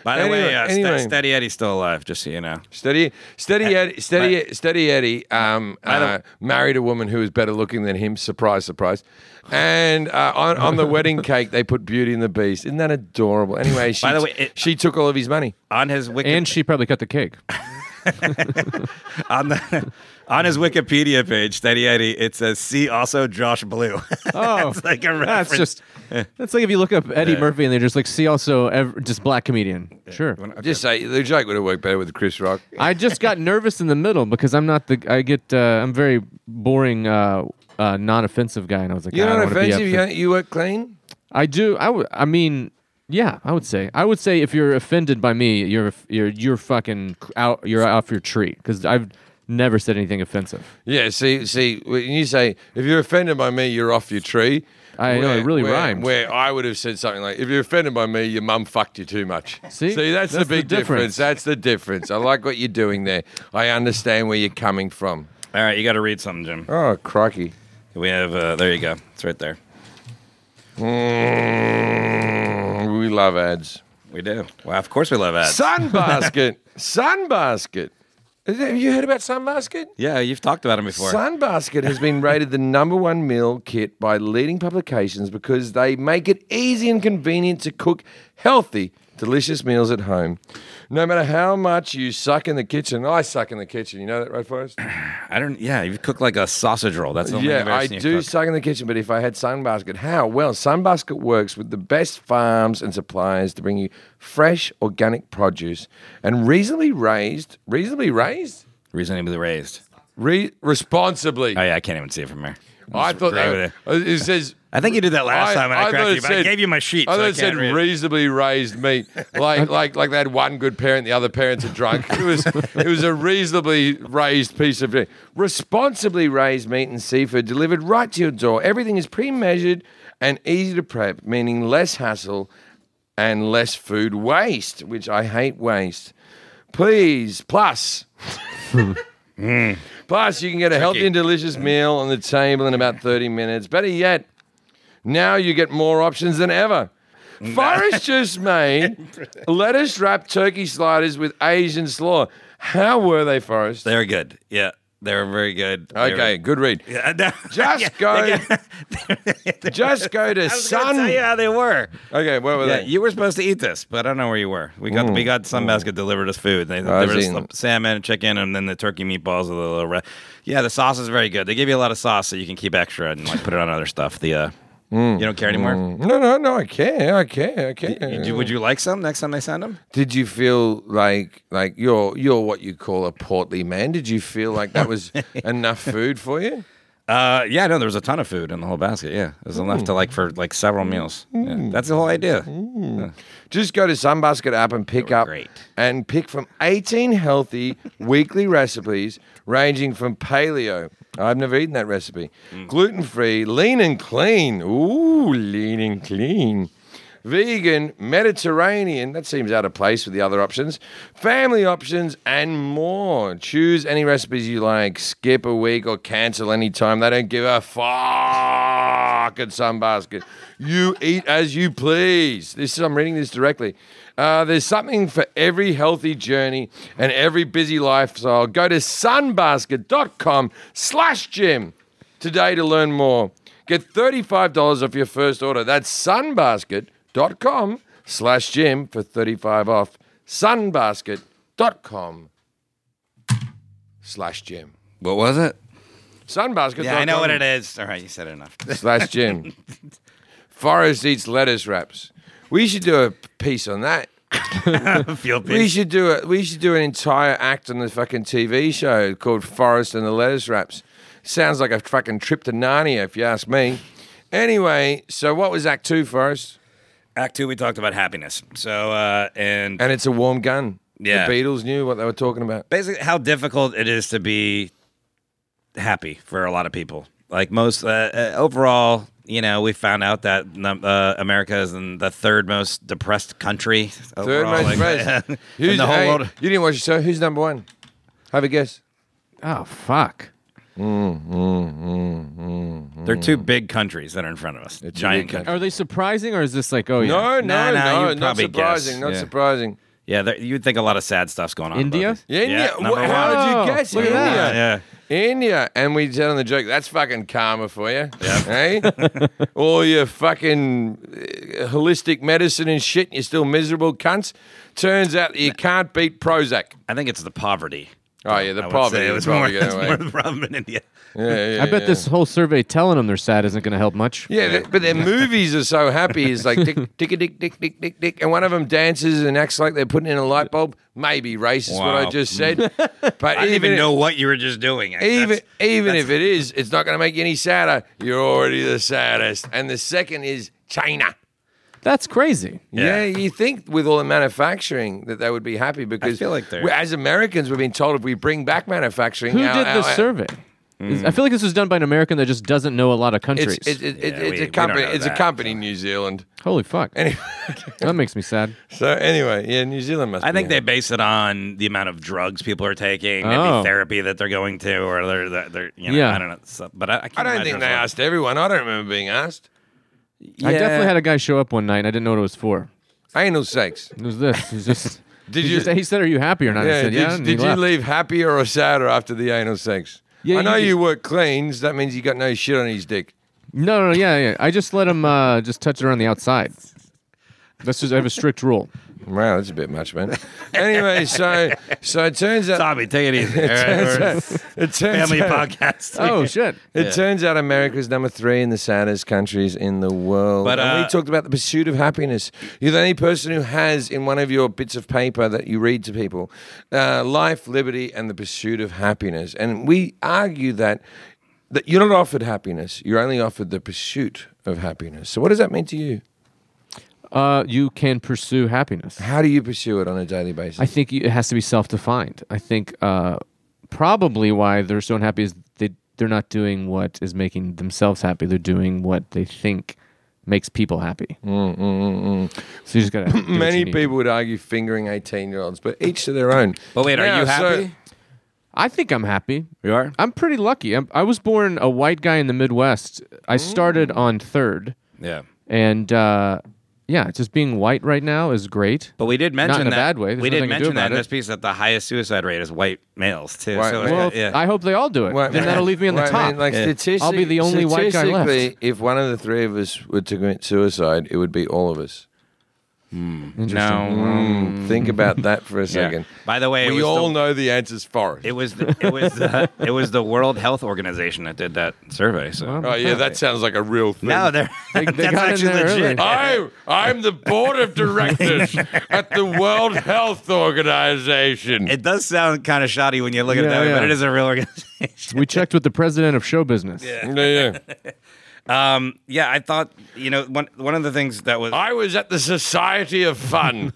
Speaker 2: By the
Speaker 1: Anyway,
Speaker 2: way, uh, Ste-
Speaker 1: anyway.
Speaker 2: Steady Eddie's still alive, just so you know.
Speaker 1: Steady, steady, Eddie, steady, steady Eddie. Um, uh, married a woman who was better looking than him. Surprise, surprise. And uh, on, on the wedding cake, they put Beauty and the Beast. Isn't that adorable? Anyway, she,
Speaker 2: By the way, it-
Speaker 1: she took all of his money.
Speaker 2: On his wiki,
Speaker 3: and she probably cut the cake.
Speaker 2: on, the, on his Wikipedia page, Steady Eddie, it says see also Josh Blue.
Speaker 3: Oh,
Speaker 2: it's like a reference.
Speaker 3: that's just. That's like if you look up Eddie Murphy and they're just like, see also ev- just black comedian. Sure.
Speaker 1: Just say the joke would have worked better with Chris Rock.
Speaker 3: I just got nervous in the middle because I'm not the. I get. Uh, I'm very boring, uh, uh, non-offensive guy, and I was like, "Ah,
Speaker 1: You're
Speaker 3: "I don't
Speaker 1: not
Speaker 3: wanna be
Speaker 1: offensive.
Speaker 3: up
Speaker 1: You,
Speaker 3: to-
Speaker 1: don't- you work clean.
Speaker 3: I do. I would. I mean, yeah. I would say. I would say if you're offended by me, you're you're you're fucking out. You're off your tree because I've never said anything offensive.
Speaker 1: Yeah. See, see. When you say if you're offended by me, you're off your tree.
Speaker 3: I know, it really
Speaker 1: where,
Speaker 3: rhymes.
Speaker 1: Where I would have said something like, "If you're offended by me, your mum fucked you too much."
Speaker 3: See?
Speaker 1: that's, the
Speaker 3: That's the
Speaker 1: big difference.
Speaker 3: difference.
Speaker 1: That's the difference. I like what you're doing there. I understand where you're coming from.
Speaker 2: All right, you got to read something, Jim.
Speaker 1: Oh, crikey!
Speaker 2: We have uh, there you go. It's right there.
Speaker 1: Mm, we love ads.
Speaker 2: We do. Well, of course we love ads.
Speaker 1: Sunbasket, Sunbasket. Is that- Have you heard about Sunbasket?
Speaker 2: yeah, you've talked about him before.
Speaker 1: Sunbasket has been rated the number one meal kit by leading publications because they make it easy and convenient to cook healthy delicious meals at home. No matter how much you suck in the kitchen, I suck in the kitchen. You know that, right, Forrest?
Speaker 2: I don't. Yeah, you cook like a sausage roll. That's the only
Speaker 1: yeah,
Speaker 2: thing I've ever
Speaker 1: I
Speaker 2: seen you
Speaker 1: do
Speaker 2: cook.
Speaker 1: suck in the kitchen, but if I had Sunbasket, how? Well, Sunbasket works with the best farms and suppliers to bring you fresh organic produce and reasonably raised, reasonably raised,
Speaker 2: Reasonably raised.
Speaker 1: Re- responsibly.
Speaker 2: Oh yeah, I can't even see it from here.
Speaker 1: I
Speaker 2: Just
Speaker 1: thought
Speaker 2: agree
Speaker 1: that,
Speaker 2: with it.
Speaker 1: it says
Speaker 2: I think you did that last time, and I, corrected
Speaker 1: thought
Speaker 2: you.
Speaker 1: it
Speaker 2: But I gave you my sheet.
Speaker 1: I
Speaker 2: so
Speaker 1: thought
Speaker 2: I
Speaker 1: it said
Speaker 2: can't read it.
Speaker 1: reasonably raised meat, like like like they had one good parent, the other parents are drunk. It was it was a reasonably raised piece of meat. Responsibly raised meat and seafood delivered right to your door. Everything is pre-measured and easy to prep, meaning less hassle and less food waste, which I hate waste. Please, plus. Plus, you can get a healthy and delicious meal on the table in about 30 minutes. Better yet, now you get more options than ever. Forrest just made lettuce wrapped turkey sliders with Asian slaw. How were they, Forrest?
Speaker 2: They're good. Yeah, they're very good. They were-
Speaker 1: okay, good read.
Speaker 2: Yeah, no-
Speaker 1: Just
Speaker 2: yeah,
Speaker 1: go-
Speaker 2: they got-
Speaker 1: Just go to
Speaker 2: I was gonna
Speaker 1: Sun.
Speaker 2: tell you how they were.
Speaker 1: Okay, where were
Speaker 2: Yeah,
Speaker 1: they?
Speaker 2: you were supposed to eat this, but I don't know where you were. We got we got Sunbasket delivered us food. They
Speaker 1: I
Speaker 2: delivered us
Speaker 1: see.
Speaker 2: the salmon, chicken, and then the turkey meatballs. with A little re- yeah, the sauce is very good. They give you a lot of sauce, so you can keep extra and like put it on other stuff. The uh, you don't care anymore.
Speaker 1: no, no, no, I care, I care, I
Speaker 2: You-
Speaker 1: care.
Speaker 2: you- would you like some next time they send them?
Speaker 1: Did you feel like like you're you're what you call a portly man? Did you feel like that was enough food for you?
Speaker 2: Uh, yeah, no, there was a ton of food in the whole basket. Yeah, it was enough to
Speaker 1: Mm.
Speaker 2: like for like several meals. Yeah, that's the whole idea.
Speaker 1: Just go to Sunbasket app and pick
Speaker 2: were
Speaker 1: up
Speaker 2: great.
Speaker 1: and pick from 18 healthy weekly recipes ranging from paleo. I've never eaten that recipe. Gluten free, lean and clean. Ooh, lean and clean. Vegan, Mediterranean, that seems out of place with the other options. Family options and more. Choose any recipes you like, skip a week or cancel any time. They don't give a fuck at Sunbasket. You eat as you please. This is, I'm reading this directly. Uh, there's something for every healthy journey and every busy lifestyle. Go to sunbasket.com slash gym today to learn more. Get $35 off your first order. That's sunbasket.com slash gym for 35 off. Sunbasket.com slash gym.
Speaker 2: What was it?
Speaker 1: Sunbasket.com
Speaker 2: Yeah, I know what it is. All right, you said enough.
Speaker 1: slash gym. Forrest eats lettuce wraps. We should do a piece on that.
Speaker 2: Feel
Speaker 1: We
Speaker 2: pissed.
Speaker 1: should do it. We should do an entire act on the fucking TV show called Forest and the Lettuce Wraps. Sounds like a fucking trip to Narnia, if you ask me. Anyway, so what was Act Two, Forrest?
Speaker 2: Act two, we talked about happiness. So uh, and
Speaker 1: And it's a warm gun.
Speaker 2: Yeah.
Speaker 1: the Beatles knew what they were talking about.
Speaker 2: basically how difficult it is to be happy for a lot of people. Like most uh, uh, overall, you know, we found out that num- uh, America is in the third most depressed country.
Speaker 1: Third
Speaker 2: Overall.
Speaker 1: most
Speaker 2: like,
Speaker 1: impressed.
Speaker 2: in
Speaker 1: Who's
Speaker 2: the whole
Speaker 1: hey,
Speaker 2: world.
Speaker 1: You didn't watch the show. Who's number one? Have a guess.
Speaker 3: Oh fuck.
Speaker 2: They're two big countries that are in front of us.
Speaker 1: Mm.
Speaker 2: Giant
Speaker 1: big country.
Speaker 2: countries.
Speaker 3: Are they surprising or is this like oh yeah?
Speaker 1: No, no,
Speaker 2: Nah,
Speaker 1: no,
Speaker 2: nah, you'd
Speaker 1: not
Speaker 2: probably
Speaker 1: surprising.
Speaker 2: guess.
Speaker 1: Not
Speaker 2: Yeah.
Speaker 1: surprising.
Speaker 2: Yeah, there- you'd think a lot of sad stuff's going on. about
Speaker 3: India?
Speaker 2: this.
Speaker 1: Yeah, India.
Speaker 2: number
Speaker 1: Wha- how
Speaker 3: one.
Speaker 1: did you guess
Speaker 3: Look at
Speaker 1: India?
Speaker 3: that.
Speaker 2: Yeah.
Speaker 1: India. And we said on the joke, that's fucking karma for you. Hey? All your fucking uh, holistic medicine and shit, you're still miserable cunts. Turns out you can't beat Prozac.
Speaker 2: I think it's the poverty.
Speaker 1: Oh, yeah,
Speaker 2: I
Speaker 1: the
Speaker 2: would
Speaker 1: poverty.
Speaker 2: say it
Speaker 1: is
Speaker 2: was more,
Speaker 1: probably
Speaker 2: it's
Speaker 1: going
Speaker 2: more
Speaker 1: away.
Speaker 2: the problem in India.
Speaker 1: Yeah, yeah,
Speaker 3: I bet
Speaker 1: yeah.
Speaker 3: this whole survey telling them they're sad isn't going to help much.
Speaker 1: Yeah, th- but their movies are so happy. It's like dick, dick, dick, dick, dick, dick, dick, and one of them dances and acts like they're putting in a light bulb. Maybe racist, what I
Speaker 2: Wow.
Speaker 1: just said. But
Speaker 2: I didn't even
Speaker 1: if-
Speaker 2: know what you were just doing. Like,
Speaker 1: Even
Speaker 2: that's-
Speaker 1: even if it is, it's not going to make you any sadder. You're already the saddest. And the second is China.
Speaker 3: That's crazy.
Speaker 1: Yeah.
Speaker 2: Yeah.
Speaker 1: you think with all the manufacturing that they would be happy because
Speaker 2: feel like they're-
Speaker 1: we- as Americans we've been told if we bring back manufacturing,
Speaker 3: Who
Speaker 1: our-
Speaker 3: did
Speaker 1: our-
Speaker 3: the survey? Is- I feel like this was done by an American that just doesn't know a lot of
Speaker 1: Mm. It's,
Speaker 3: countries.
Speaker 1: it's, it's, it's,
Speaker 2: Yeah, we- we
Speaker 1: a
Speaker 2: don't
Speaker 1: company.
Speaker 2: know
Speaker 1: It's a
Speaker 2: that,
Speaker 1: company in New Zealand.
Speaker 3: Holy fuck.
Speaker 1: Anyway,
Speaker 3: that makes me sad.
Speaker 1: so anyway, yeah, New Zealand must.
Speaker 2: I
Speaker 1: be
Speaker 2: think they
Speaker 1: happy.
Speaker 2: base it on the amount of drugs people are taking,
Speaker 3: Oh.
Speaker 2: maybe therapy that they're going to, or they're, they're, they're you know,
Speaker 3: Yeah.
Speaker 2: I don't know. So- but I, I, can't
Speaker 1: I don't
Speaker 2: imagine
Speaker 1: think
Speaker 2: it's
Speaker 1: they
Speaker 2: a lot.
Speaker 1: asked everyone. I don't remember being asked.
Speaker 3: I
Speaker 2: Yeah.
Speaker 3: definitely had a guy show up one night and I didn't know what it was for.
Speaker 1: Anal sex.
Speaker 3: It was this. It was just.
Speaker 1: Did
Speaker 3: he
Speaker 1: you-
Speaker 3: just- he said, "Are you happy or not?" I
Speaker 1: Yeah,
Speaker 3: said,
Speaker 1: did,
Speaker 3: "Yeah." and he
Speaker 1: did you
Speaker 3: left.
Speaker 1: leave happier or sadder after the anal sex?
Speaker 3: Yeah,
Speaker 1: I
Speaker 3: you
Speaker 1: know
Speaker 3: did.
Speaker 1: you work cleans. That means you got no shit on his dick.
Speaker 3: No, no, no, yeah, yeah. I just let him uh, just touch it around the outside. That's just I have a strict rule.
Speaker 1: Wow, that's a bit much, man. anyway, so so it turns out
Speaker 2: Tommy, take it easy. All right,
Speaker 1: turns
Speaker 2: we're
Speaker 1: out- it turns
Speaker 2: family
Speaker 1: out,
Speaker 2: podcast.
Speaker 3: Oh shit!
Speaker 1: it turns out America's number three in the saddest countries in the world.
Speaker 2: But,
Speaker 1: and
Speaker 2: uh,
Speaker 1: we talked about the pursuit of happiness. You're the only person who has in one of your bits of paper that you read to people, uh, life, liberty, and the pursuit of happiness. And we argue that that you're not offered happiness. You're only offered the pursuit of happiness. So what does that mean to you?
Speaker 3: Uh, you can pursue happiness.
Speaker 1: How do you pursue it on a daily basis?
Speaker 3: I think you- it has to be self-defined. I think uh, probably why they're so unhappy is they they're not doing what is making themselves happy. They're doing what they think makes people happy.
Speaker 1: Mm,
Speaker 3: So you just gotta. do what you
Speaker 1: Many
Speaker 3: need.
Speaker 1: people would argue fingering 18 year olds, but each to their own.
Speaker 2: But wait, are
Speaker 1: Now,
Speaker 2: you
Speaker 1: so-
Speaker 2: happy?
Speaker 3: I think I'm happy.
Speaker 2: you are.
Speaker 3: I'm pretty lucky. I'm, I was born a white guy in the Midwest. I started
Speaker 1: Mm.
Speaker 3: on third,
Speaker 2: Yeah.
Speaker 3: and uh, yeah, just being white right now is great.
Speaker 2: But we did mention
Speaker 3: in a
Speaker 2: that
Speaker 3: bad way. There's
Speaker 2: we did
Speaker 3: nothing I can do
Speaker 2: mention that in
Speaker 3: about it.
Speaker 2: this piece that the highest suicide rate is white males too.
Speaker 1: White
Speaker 2: so
Speaker 1: males.
Speaker 3: Well,
Speaker 2: yeah.
Speaker 3: I hope they all do it.
Speaker 1: Right,
Speaker 3: then
Speaker 1: man.
Speaker 3: that'll leave me in the
Speaker 1: Right,
Speaker 3: top.
Speaker 1: man, like statistic-
Speaker 3: I'll be the only white guy left.
Speaker 1: statistically, If one of the three of us were to commit suicide, it would be all of us.
Speaker 2: no.
Speaker 1: Mm, Think about that for a
Speaker 2: Yeah.
Speaker 1: second.
Speaker 2: By the way, it
Speaker 1: we
Speaker 2: was
Speaker 1: all
Speaker 2: the,
Speaker 1: know the answer's forest.
Speaker 2: It was the, it was the, it was the World Health Organization that did that survey. So
Speaker 3: Well,
Speaker 1: oh yeah, that sounds like a real thing.
Speaker 2: no, they're
Speaker 3: they
Speaker 2: that's
Speaker 3: got in
Speaker 2: actually
Speaker 3: there
Speaker 2: legit.
Speaker 1: I'm, I'm the board of directors at the World Health Organization.
Speaker 2: It does sound kind of shoddy when you look at it
Speaker 3: Yeah,
Speaker 2: that way, but
Speaker 3: yeah.
Speaker 2: it is a real organization.
Speaker 3: we checked with the president of show business.
Speaker 1: yeah, yeah.
Speaker 2: Um, yeah, I thought you know one one of the things that was
Speaker 1: I was at the Society of Fun.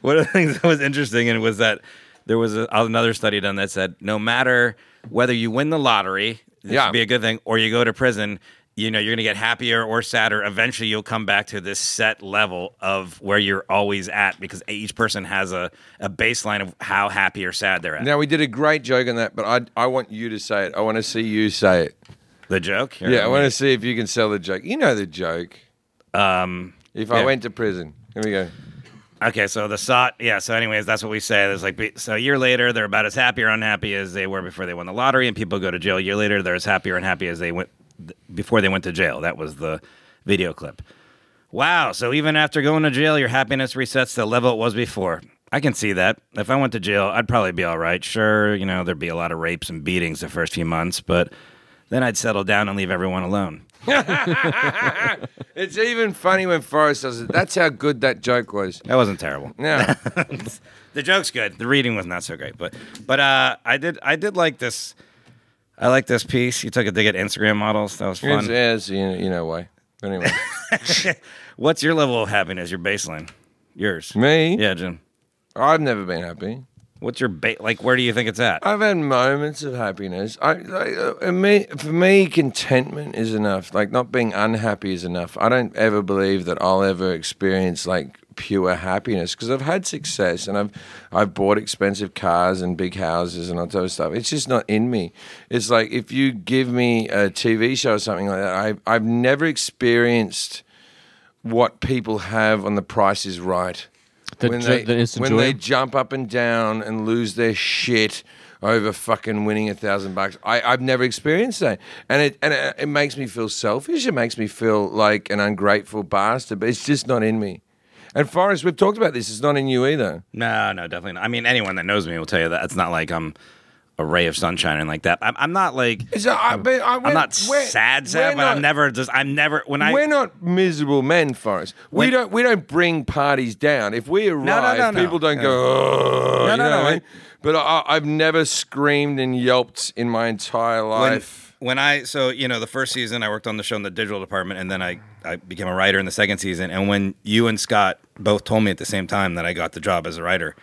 Speaker 2: one of the things that was interesting and was that there was a, another study done that said no matter whether you win the lottery, this
Speaker 1: Yeah.
Speaker 2: would be a good thing, or you go to prison, you know you're gonna get happier or sadder. Eventually, you'll come back to this set level of where you're always at because each person has a a baseline of how happy or sad they're at.
Speaker 1: Now we did a great joke on that, but I I want you to say it. I want to see you say it.
Speaker 2: The joke,
Speaker 1: Yeah, I want to see if you can sell the joke. You know the joke.
Speaker 2: Um,
Speaker 1: If
Speaker 2: Yeah.
Speaker 1: I went to prison, here we go.
Speaker 2: Okay, so the sot, yeah. So, anyways, that's what we say. There's like, be- so a year later, they're about as happy or unhappy as they were before they won the lottery, and people go to jail. A year later, they're as happy or unhappy as they went th- before they went to jail. That was the video clip. Wow. So even after going to jail, your happiness resets to the level it was before. I can see that. If I went to jail, I'd probably be all right. Sure, you know, there'd be a lot of rapes and beatings the first few months, but then I'd settle down and leave everyone alone.
Speaker 1: It's even funny when Forrest does it. That's how good that joke was.
Speaker 2: That wasn't terrible.
Speaker 1: Now,
Speaker 2: the joke's good. The reading was not so great, but but uh, I did I did like this. I like this piece. You took a dig at Instagram models. That was
Speaker 1: it's,
Speaker 2: fun.
Speaker 1: yeah, it's- you, know, you know why. But Anyway,
Speaker 2: What's your level of happiness? Your baseline? Yours?
Speaker 1: me,
Speaker 2: Yeah, Jim.
Speaker 1: I've never been happy.
Speaker 2: What's your ba- like? Where do you think it's at?
Speaker 1: I've had moments of happiness. I, I uh, uh, me, for me, contentment is enough. Like not being unhappy is enough. I don't ever believe that I'll ever experience like pure happiness because I've had success and I've I've bought expensive cars and big houses and all that sort of stuff. It's just not in me. It's like if you give me a TV show or something like that, I I've never experienced what people have on The Price Is Right
Speaker 3: The,
Speaker 1: when
Speaker 3: jo-
Speaker 1: they,
Speaker 3: the instant
Speaker 1: when
Speaker 3: joy.
Speaker 1: they jump up and down and lose their shit over fucking winning a thousand bucks. I, I've never experienced that, and it and it, it makes me feel selfish. It makes me feel like an ungrateful bastard. But it's just not in me. And Forrest, we've talked about this. It's not in you either.
Speaker 2: No, no, definitely not. I mean, anyone that knows me will tell you that it's not like I'm a ray of sunshine and like that. I'm, I'm not like
Speaker 1: It's, I, but I,
Speaker 2: I'm not
Speaker 1: we're-
Speaker 2: sad,
Speaker 1: we're
Speaker 2: sad, but I'm
Speaker 1: not-
Speaker 2: never just I'm never when I
Speaker 1: we're not miserable men, Forrest. We
Speaker 2: When-
Speaker 1: don't we don't bring parties down. If we arrive,
Speaker 2: no, no.
Speaker 1: people don't go. Oh,
Speaker 2: No,
Speaker 1: you
Speaker 2: no,
Speaker 1: know
Speaker 2: no,
Speaker 1: what I
Speaker 2: I-
Speaker 1: mean? But I, I've never screamed and yelped in my entire
Speaker 2: when,
Speaker 1: life.
Speaker 2: when I so you know the first season I worked on the show in the digital department and then I I became a writer in the second season and when you and Scott both told me at the same time that I got the job as a writer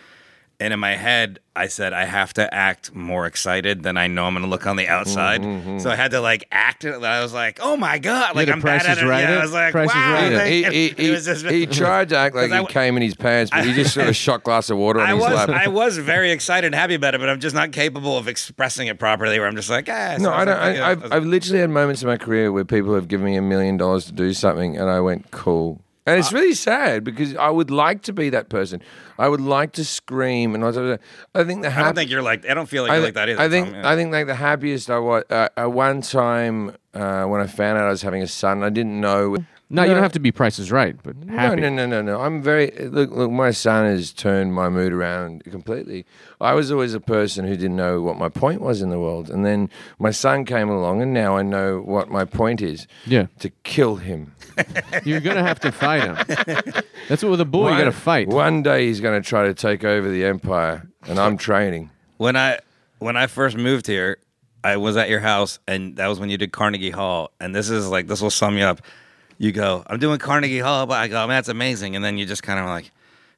Speaker 2: and in my head I said I have to act more excited than I know I'm going to look on the outside
Speaker 1: Mm-hmm,
Speaker 2: so I had to like act it I was like oh my god like
Speaker 3: the
Speaker 2: I'm bad
Speaker 3: Price
Speaker 2: at
Speaker 3: is
Speaker 2: it
Speaker 3: Right
Speaker 2: yeah,
Speaker 3: it?
Speaker 2: I was like
Speaker 3: Price is
Speaker 2: wow
Speaker 3: Right it.
Speaker 1: he,
Speaker 2: thank you."
Speaker 1: he,
Speaker 2: It
Speaker 1: he,
Speaker 2: was just-
Speaker 1: he tried to act like
Speaker 2: 'Cause
Speaker 1: he
Speaker 2: I w-
Speaker 1: came in his pants, but he just sort of shot glass of water on
Speaker 2: I
Speaker 1: his
Speaker 2: was
Speaker 1: lap.
Speaker 2: I was very excited and happy about it, but I'm just not capable of expressing it properly. Where I'm just like, ah,
Speaker 1: no,
Speaker 2: so
Speaker 1: I don't.
Speaker 2: was like,
Speaker 1: I,
Speaker 2: you know,
Speaker 1: I've,
Speaker 2: was-
Speaker 1: I've literally had moments in my career where people have given me a million dollars to do something, and I went cool. And
Speaker 2: Uh,
Speaker 1: it's really sad because I would like to be that person. I would like to scream, and I, I think the
Speaker 2: I
Speaker 1: happy,
Speaker 2: don't think you're like. I don't feel like
Speaker 1: I
Speaker 2: you're
Speaker 1: thi-
Speaker 2: like that either.
Speaker 1: I think
Speaker 2: Tom, yeah.
Speaker 1: I think like the happiest I was uh, uh, one time uh, when I found out I was having a son. I didn't know.
Speaker 3: No, you
Speaker 1: No.
Speaker 3: don't have to be prices right, but happy.
Speaker 1: No, no, no, no, no. I'm very look. Look, my son has turned my mood around completely. I was always a person who didn't know what my point was in the world, and then my son came along, and now I know what my point is.
Speaker 3: Yeah.
Speaker 1: to kill him.
Speaker 3: You're gonna have to fight him. That's what with a boy you gotta fight.
Speaker 1: One day he's going to try to take over the empire, and I'm training.
Speaker 2: When I when I first moved here, I was at your house, and that was when you did Carnegie Hall. And this is like this will sum you up. You go, I'm doing Carnegie Hall, but I go, man, that's amazing. And then you just kind of like,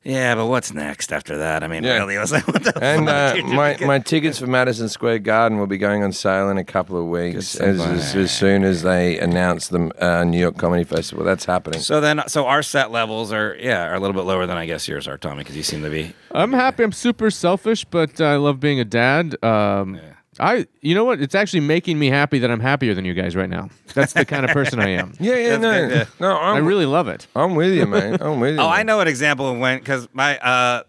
Speaker 2: yeah, but what's next after that? I mean,
Speaker 1: Yeah.
Speaker 2: really, I was like, what the
Speaker 1: And
Speaker 2: fuck?
Speaker 1: uh,
Speaker 2: did you
Speaker 1: my,
Speaker 2: get?
Speaker 1: my tickets for Madison Square Garden will be going on sale in a couple of weeks,
Speaker 2: Good
Speaker 1: as,
Speaker 2: somebody.
Speaker 1: as, as soon as they announce the uh, New York Comedy Festival. That's happening.
Speaker 2: so then, so our set levels are yeah are a little bit lower than I guess yours are, Tommy, because you seem to be.
Speaker 3: I'm happy. I'm super selfish, but I love being a dad. Um, I, you know what? It's actually making me happy that I'm happier than you guys right now. That's the kind of person I am.
Speaker 1: Yeah, Oh, yeah, no, no, I'm,
Speaker 3: I really love it.
Speaker 1: I'm with you, man. I'm with you.
Speaker 2: Oh,
Speaker 1: man.
Speaker 2: I know an example of when because my uh,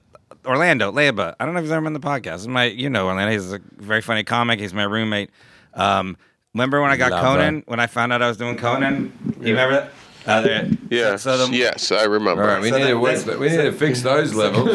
Speaker 2: Orlando Leiba. I don't know if he's ever been on the podcast. This is My, you know, Orlando. He's a very funny comic. He's my roommate. Um, remember when I got
Speaker 1: Love
Speaker 2: Conan?
Speaker 1: that.
Speaker 2: When I found out I was doing Conan, you remember that? Uh, there-
Speaker 4: Yeah.
Speaker 2: So, so the,
Speaker 4: yes, I remember.
Speaker 1: All right, we
Speaker 2: So
Speaker 1: need
Speaker 2: that-
Speaker 1: to work,
Speaker 2: that's-
Speaker 1: we need to fix those levels.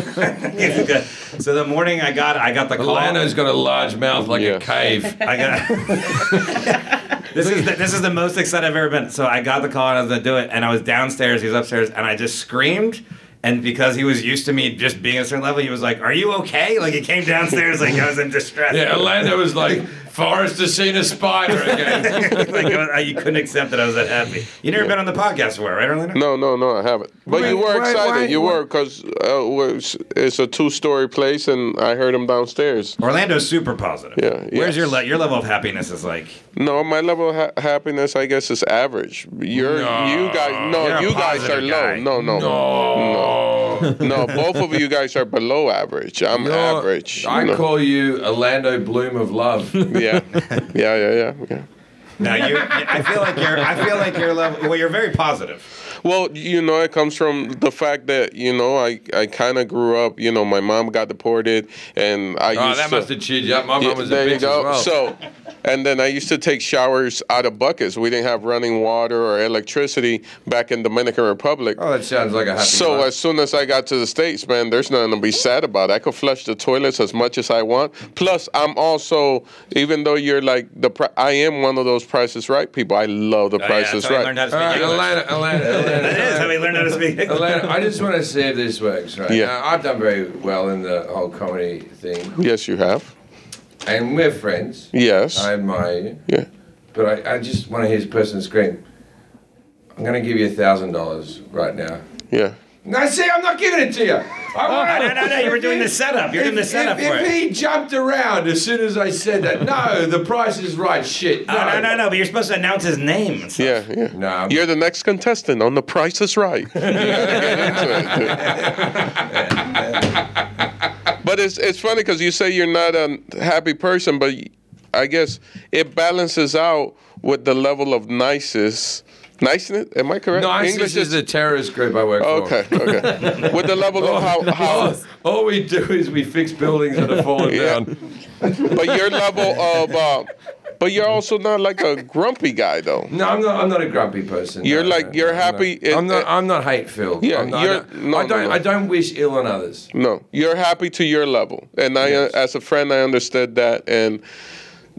Speaker 2: so the morning I got, I got the call.
Speaker 1: Orlando's got a large mouth like
Speaker 4: Yeah.
Speaker 1: a cave.
Speaker 2: I got. this is the, this is the most excited I've ever been. So I got the call and I was gonna do it, and I was downstairs. He was upstairs, and I just screamed. And because he was used to me just being a certain level, he was like, "Are you okay?" Like he came downstairs, like I was in distress.
Speaker 1: Yeah, Orlando was like, Forrest has seen a spider again.
Speaker 2: like I was, I, you couldn't accept that I was that happy. You never been on the podcast before, right, Orlando?
Speaker 4: No, no, no, I haven't. But you
Speaker 1: Wait,
Speaker 4: were
Speaker 1: why-
Speaker 4: excited.
Speaker 1: why-
Speaker 4: you
Speaker 1: why-
Speaker 4: were because uh, was- it's a two-story place, and I heard him downstairs.
Speaker 2: Orlando's super positive.
Speaker 4: Yeah,
Speaker 2: Where's
Speaker 4: yes.
Speaker 2: your le- your level of happiness? Is like
Speaker 4: No, my level of ha- happiness, I guess, is average. You're, you guys, no,
Speaker 2: You're a
Speaker 4: you guys
Speaker 2: positive
Speaker 4: are low.
Speaker 2: guy.
Speaker 4: No, no,
Speaker 1: No.
Speaker 4: no. Both of you guys are below average. I'm
Speaker 1: You're-
Speaker 4: average.
Speaker 1: I
Speaker 4: No.
Speaker 1: call you Orlando Bloom of Love.
Speaker 4: Yeah, yeah, yeah, yeah. yeah.
Speaker 2: now you. I feel like you're. I feel like your level. Well, you're very positive.
Speaker 4: Well, you know, it comes from the fact that you know I, I kind of grew up. You know, my mom got deported, and I
Speaker 1: Oh,
Speaker 4: used
Speaker 1: that
Speaker 4: to.
Speaker 1: must have cheered you up. My
Speaker 4: Yeah,
Speaker 1: mom was a bitch as well.
Speaker 4: So, and then I used to take showers out of buckets. We didn't have running water or electricity back in Dominican Republic.
Speaker 1: oh, that sounds like a happy
Speaker 4: So
Speaker 1: life.
Speaker 4: as soon as I got to the states, man, there's nothing to be sad about. I could flush the toilets as much as I want. Plus, I'm also, even though you're like the, pri- I am one of those prices right people. I love the
Speaker 2: Oh, yeah,
Speaker 4: prices
Speaker 2: that's how I
Speaker 4: right.
Speaker 2: learned how to
Speaker 1: All right,
Speaker 2: speak
Speaker 1: Uh,
Speaker 2: English.
Speaker 1: Orlando, Orlando,
Speaker 2: That
Speaker 1: Orlando.
Speaker 2: is how we learned how to speak English.
Speaker 1: Orlando, I just want to see if this works, right?
Speaker 4: Yeah.
Speaker 1: Now, I've done very well in the whole comedy thing,
Speaker 4: yes, you have.
Speaker 1: and we're friends.
Speaker 4: Yes.
Speaker 1: I admire you.
Speaker 4: yeah.
Speaker 1: But I, I just want to hear this person scream. I'm going to give you a thousand dollars right now.
Speaker 4: Yeah.
Speaker 1: No, see, I'm not giving it to you. I want
Speaker 2: No, Oh, no, no, you were doing the setup. You're doing the
Speaker 1: If-
Speaker 2: setup
Speaker 1: if,
Speaker 2: for
Speaker 1: if
Speaker 2: it.
Speaker 1: he jumped around as soon as I said that, no, the price is right. Shit. No,
Speaker 2: Oh, No, no, no, no, but you're supposed to announce his name. and stuff.
Speaker 4: Yeah, yeah.
Speaker 1: No, I'm-
Speaker 4: You're the next contestant on The Price is Right. You gotta get into it, dude. but it's it's funny because you say you're not a happy person, but I guess it balances out with the level of niceness. Niceness? Am I correct?
Speaker 1: English is a terrorist group I work for.
Speaker 4: Okay, okay. with the level of how, how
Speaker 1: All, all we do is we fix buildings that are falling
Speaker 4: Yeah.
Speaker 1: down.
Speaker 4: but your level of uh, but you're also not like a grumpy guy though.
Speaker 1: No, I'm not. I'm not a grumpy person.
Speaker 4: You're
Speaker 1: No,
Speaker 4: like-
Speaker 1: no,
Speaker 4: you're
Speaker 1: no,
Speaker 4: happy
Speaker 1: No.
Speaker 4: it-
Speaker 1: I'm not.
Speaker 4: it-
Speaker 1: I'm not hate filled.
Speaker 4: Yeah,
Speaker 1: I'm not,
Speaker 4: you're-
Speaker 1: I don't.
Speaker 4: no,
Speaker 1: I, don't
Speaker 4: no, no.
Speaker 1: I don't wish ill on others.
Speaker 4: No, you're happy to your level, and I, as a friend, I understood that, and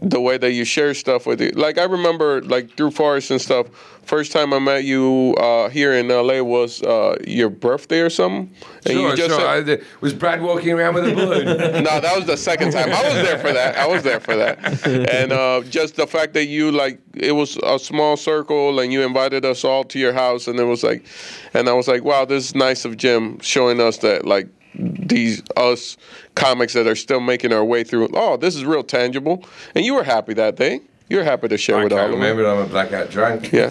Speaker 4: the way that you share stuff with you. Like I remember, like through Forest and stuff. First time I met you uh, here in LA was uh, your birthday or something, and
Speaker 1: Sure,
Speaker 4: you just
Speaker 1: sure. I,
Speaker 4: said,
Speaker 1: the- was Brad walking around with a balloon?
Speaker 4: no, that was the second time. I was there for that. I was there for that. And uh, just the fact that you like it was a small circle, and you invited us all to your house, and it was like, and I was like, wow, this is nice of Jim showing us that like these us comics that are still making our way through. Oh, this is real tangible. And you were happy that day. You were happy to share
Speaker 1: I
Speaker 4: with all
Speaker 1: can't
Speaker 4: of them.
Speaker 1: remember. I'm a blackout drunk.
Speaker 4: Yeah.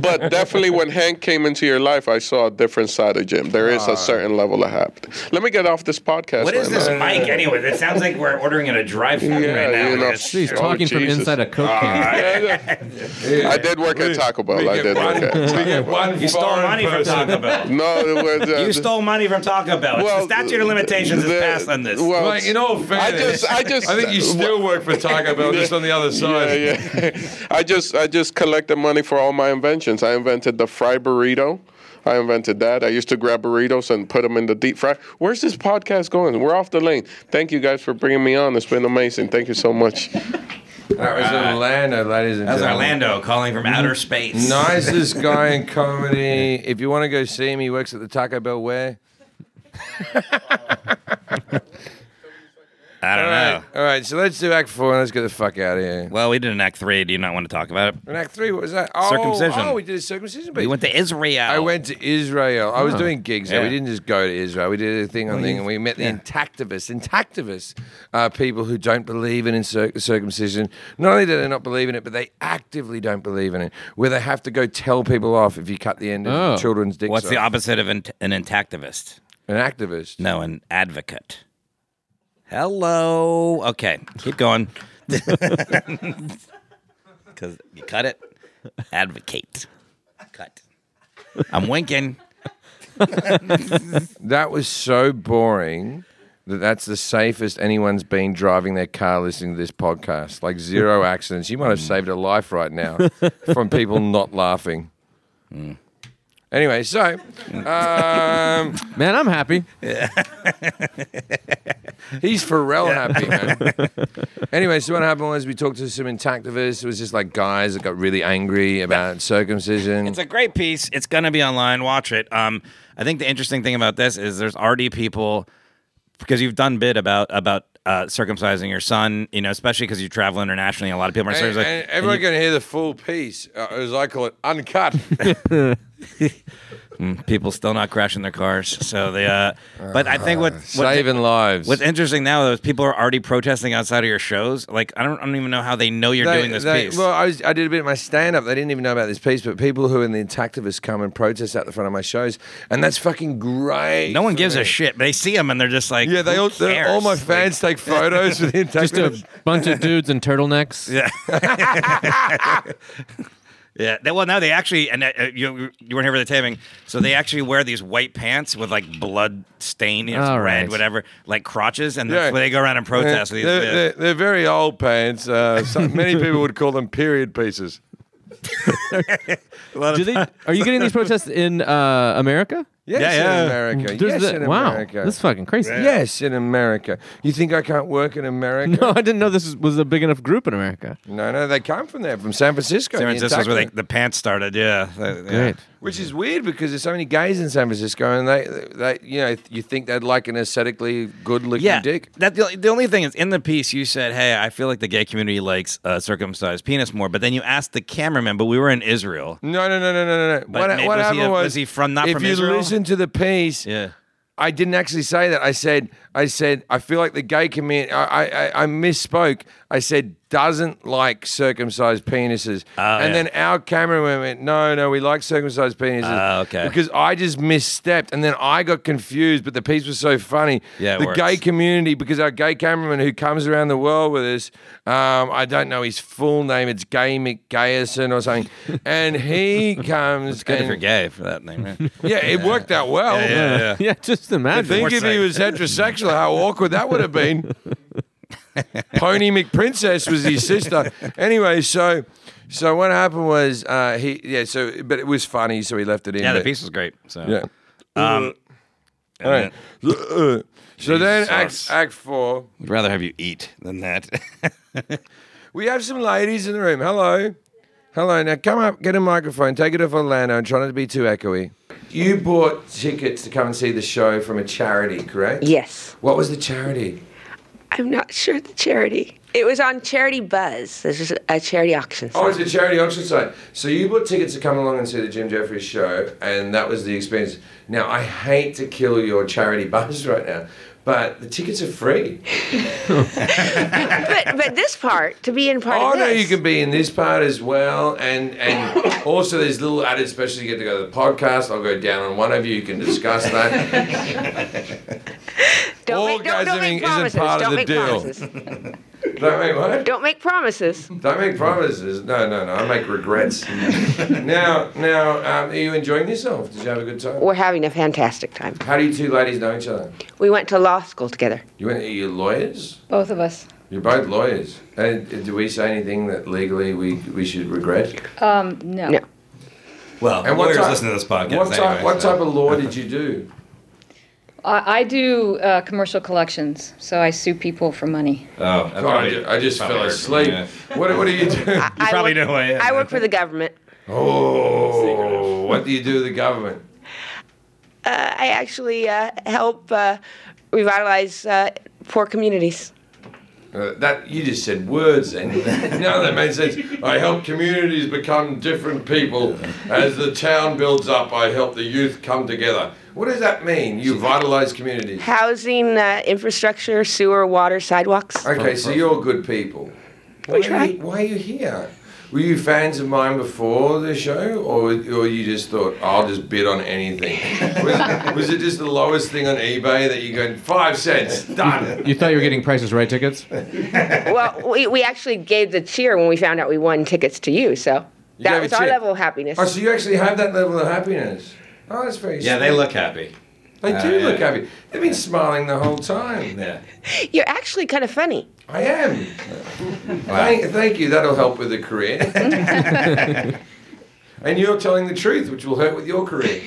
Speaker 4: But definitely when Hank came into your life, I saw a different side of Jim. There
Speaker 1: Ah.
Speaker 4: is a certain level of happy. Let me get off this podcast.
Speaker 2: What is
Speaker 4: right now.
Speaker 2: this mic anyway? It sounds like we're ordering in a drive-thru right now.
Speaker 4: you know.
Speaker 2: It's-
Speaker 3: He's
Speaker 4: Oh,
Speaker 3: talking from
Speaker 4: Jesus.
Speaker 3: inside a coke can.
Speaker 4: I did work at Taco Bell. I
Speaker 1: We get
Speaker 4: did work
Speaker 1: one,
Speaker 4: at
Speaker 1: we
Speaker 4: Taco
Speaker 1: get
Speaker 4: Bell.
Speaker 1: one
Speaker 2: You stole
Speaker 1: foreign
Speaker 2: money from
Speaker 1: person.
Speaker 2: Taco Bell.
Speaker 4: No, it was. Uh,
Speaker 2: You stole money from Taco Bell. It's
Speaker 4: well,
Speaker 2: the statute of limitations
Speaker 4: the-
Speaker 2: is passed on this.
Speaker 4: well,
Speaker 1: Like, in all fairness,
Speaker 4: I just, I just,
Speaker 1: I think you still work for Taco Bell, just on the other side.
Speaker 4: yeah, yeah. I just I just collected money for all my inventions. I invented the fry burrito. I invented that. I used to grab burritos and put them in the deep fry. Where's this podcast going? We're off the lane. Thank you guys for bringing me on. It's been amazing. Thank you so much.
Speaker 1: That was Orlando, ladies and
Speaker 2: Ah. That
Speaker 1: gentlemen.
Speaker 2: was Orlando calling from outer space.
Speaker 1: Nicest guy in comedy. If you want to go see him, he works at the Taco Bell where?
Speaker 2: I don't
Speaker 1: All
Speaker 2: know.
Speaker 1: right. All right, so let's do Act 4 and let's get the fuck out of here.
Speaker 2: Well, we did an act three. Do you not want to talk about it?
Speaker 1: And Act 3, what was that? Oh,
Speaker 2: Circumcision.
Speaker 1: Oh, we did a circumcision piece.
Speaker 2: We went to Israel.
Speaker 1: I went to Israel. I was doing gigs there. We
Speaker 2: Yeah.
Speaker 1: didn't just go to Israel. We did a thing on thing, and we met the intactivists. Intactivists are people who don't believe in incir- circumcision. Not only do they not believe in it, but they actively don't believe in it, where they have to go tell people off if you cut the end of
Speaker 3: Oh.
Speaker 1: children's dicks
Speaker 2: What's the
Speaker 1: off.
Speaker 2: opposite of an, an intactivist?
Speaker 1: An activist.
Speaker 2: No, an advocate. Hello. Okay, keep going. Because you cut it. Advocate. Cut. I'm winking.
Speaker 1: That was so boring that that's the safest anyone's been driving their car listening to this podcast. Like zero accidents. You might
Speaker 2: Mm.
Speaker 1: have saved a life right now from people not laughing.
Speaker 2: Mm.
Speaker 1: Anyway, so um,
Speaker 3: Man, I'm happy.
Speaker 1: he's Pharrell happy, man. Anyway, so what happened was we talked to some intactivists. It was just like guys that got really angry about circumcision.
Speaker 2: It's a great piece. It's gonna be online. Watch it. Um, I think the interesting thing about this is there's already people because you've done bit about about uh, circumcising your son. You know, especially because you travel internationally. A lot of people are
Speaker 1: and,
Speaker 2: like,
Speaker 1: and everyone can hear the full piece, uh, as I call it, uncut.
Speaker 2: people still not crashing their cars. So they. Uh, but I think what, what
Speaker 1: Saving lives.
Speaker 2: what's interesting now is people are already protesting outside of your shows. Like I don't, I don't even know how they know you're
Speaker 1: They-
Speaker 2: doing this
Speaker 1: they-
Speaker 2: piece.
Speaker 1: Well, I, was, I did a bit of my stand up. They didn't even know about this piece, but people who are in the intactivists come and protest out the front of my shows, and that's fucking great.
Speaker 2: no one
Speaker 1: for
Speaker 2: gives
Speaker 1: me.
Speaker 2: a shit. They see them and they're just like,
Speaker 1: Yeah, they
Speaker 2: who
Speaker 1: all, they- all
Speaker 2: cares?
Speaker 1: my
Speaker 2: Like,
Speaker 1: fans take photos with the
Speaker 3: Just
Speaker 1: intactivists.
Speaker 3: a bunch of dudes in turtlenecks. Yeah.
Speaker 2: Yeah. They, well, no, they actually, and uh, uh, you you weren't here for the taping, so they actually wear these white pants with like blood stain, it's
Speaker 3: All
Speaker 2: red,
Speaker 3: right.
Speaker 2: whatever, like crotches, and
Speaker 1: Yeah.
Speaker 2: that's where they go around and
Speaker 1: They're,
Speaker 2: protest. with these, uh,
Speaker 1: they're-
Speaker 2: yeah.
Speaker 1: they're- they're very old pants. Uh, some, many people would call them period pieces.
Speaker 3: Do they? Are you getting these protests in uh, America?
Speaker 1: Yes,
Speaker 2: yeah.
Speaker 1: in America. yes,
Speaker 3: There's the-
Speaker 1: in
Speaker 3: wow,
Speaker 1: America.
Speaker 3: this is fucking crazy.
Speaker 1: Yes, in America. You think I can't work in America?
Speaker 3: No, I didn't know this was- was a big enough group in America.
Speaker 1: No, no, they come from there, from San Francisco.
Speaker 2: San
Speaker 1: the
Speaker 2: Francisco's where they,
Speaker 1: intactivists.
Speaker 2: the pants started. Yeah. They- yeah.
Speaker 3: Great.
Speaker 1: Which is weird because there's so many gays in San Francisco, and they, they you know, you think they'd like an aesthetically good-looking
Speaker 2: Yeah,
Speaker 1: dick.
Speaker 2: That the, the only thing is in the piece you said, "Hey, I feel like the gay community likes uh, circumcised penis more," but then you asked the cameraman. But we were in Israel.
Speaker 1: No, no, no, no, no, no.
Speaker 2: But
Speaker 1: what
Speaker 2: maybe-
Speaker 1: what
Speaker 2: was he
Speaker 1: happened
Speaker 2: a-
Speaker 1: was,
Speaker 2: was he from- not
Speaker 1: if
Speaker 2: from
Speaker 1: you
Speaker 2: Israel?
Speaker 1: listen to the piece,
Speaker 2: Yeah,
Speaker 1: I didn't actually say that. I said, I said, I feel like the gay community. I, I, I misspoke. I said doesn't like circumcised penises, and
Speaker 2: Oh, yeah.
Speaker 1: then our cameraman went, no, no, we like circumcised penises.
Speaker 2: Oh, okay.
Speaker 1: Because I just misstepped, and then I got confused. But the piece was so funny.
Speaker 2: Yeah, it
Speaker 1: the
Speaker 2: works.
Speaker 1: gay community, because our gay cameraman who comes around the world with us, um, I don't know his full name. It's Gay McGayerson or something, and he comes.
Speaker 2: good
Speaker 1: and,
Speaker 2: if you're gay for that name. Right?
Speaker 1: Yeah, it worked out well.
Speaker 2: yeah,
Speaker 3: Yeah, just imagine.
Speaker 1: Think if he was heterosexual, how awkward that would have been. Pony McPrincess was his sister. Anyway, so so what happened was uh, he yeah so but it was funny so he left it in.
Speaker 2: yeah. The
Speaker 1: but-
Speaker 2: piece was great. So
Speaker 1: yeah.
Speaker 2: Um,
Speaker 1: All right. So then
Speaker 2: Jesus.
Speaker 1: act, act four.
Speaker 2: We'd rather have you eat than that.
Speaker 1: We have some ladies in the room. Hello. Hello. Now come up, get a microphone, take it off Orlando and try not to be too echoey. You bought tickets to come and see the show from a charity, correct?
Speaker 5: Yes.
Speaker 1: What was the charity?
Speaker 5: I'm not sure the charity. It was on Charity Buzz. This is a charity auction.
Speaker 1: Oh, it's a charity auction site. So you bought tickets to come along and see the Jim Jeffries show, and that was the experience. Now I hate to kill your charity buzz right now, but the tickets are free.
Speaker 5: But but this part, to be in part
Speaker 1: Oh
Speaker 5: of this.
Speaker 1: no, you can be in this part as well, and and also there's little added specials. You get to go to the podcast. I'll go down on one of you. You can discuss that.
Speaker 5: Don't make, don't, don't
Speaker 1: orgasming isn't
Speaker 5: make promises.
Speaker 1: part of
Speaker 5: don't
Speaker 1: the
Speaker 5: make
Speaker 1: deal.
Speaker 5: promises.
Speaker 1: Don't make what?
Speaker 5: Don't make promises.
Speaker 1: Don't make promises. No, no, no. I make regrets. now, now, um, are you enjoying yourself? Did you have a good time?
Speaker 5: We're having a fantastic time.
Speaker 1: How do you two ladies know each other?
Speaker 5: We went to law school together.
Speaker 1: You went. Are you lawyers?
Speaker 6: Both of us.
Speaker 1: You're both lawyers. And do we say anything that legally we, we should regret?
Speaker 6: Um, no.
Speaker 5: No.
Speaker 2: Well,
Speaker 1: And
Speaker 2: lawyers
Speaker 1: type-
Speaker 2: listen to this podcast.
Speaker 1: What type,
Speaker 2: anyway,
Speaker 1: what
Speaker 2: so-
Speaker 1: type of law did you do?
Speaker 6: I, I do uh, commercial collections, so I sue people for money.
Speaker 2: Oh,
Speaker 1: God, I ju- I just fell asleep. What, what do you do?
Speaker 5: I, I
Speaker 2: probably
Speaker 6: know
Speaker 2: who I am,
Speaker 5: I
Speaker 2: I
Speaker 5: work for the government.
Speaker 1: Oh, what do you do to the government?
Speaker 5: Uh, I actually uh, help uh, revitalize uh, poor communities.
Speaker 1: Uh, that you just said words, then none of that made sense. I help communities become different people. As the town builds up, I help the youth come together. What does that mean? You vitalise communities.
Speaker 5: Housing, uh, infrastructure, sewer, water, sidewalks.
Speaker 1: Okay, so you're good people. Why are,
Speaker 5: try.
Speaker 1: you, why are you here? Were you fans of mine before the show, or or you just thought I'll just bid on anything? Was, was it just the lowest thing on eBay that you go five cents done?
Speaker 3: You thought you were getting prices right tickets?
Speaker 5: Well, we, we actually gave the cheer when we found out we won tickets to you, so
Speaker 1: gave
Speaker 5: that
Speaker 1: a
Speaker 5: was our
Speaker 1: cheer.
Speaker 5: level of happiness.
Speaker 1: Oh, so you actually have that level of happiness? Oh, that's very.
Speaker 2: Yeah, they
Speaker 1: sweet.
Speaker 2: look happy.
Speaker 1: They
Speaker 2: Uh,
Speaker 1: do
Speaker 2: yeah.
Speaker 1: look happy. They've been smiling the whole time.
Speaker 2: Yeah.
Speaker 5: You're actually kind of funny.
Speaker 1: I am. Thank, thank you. That'll help with the career. and you're telling the truth, which will hurt with your career.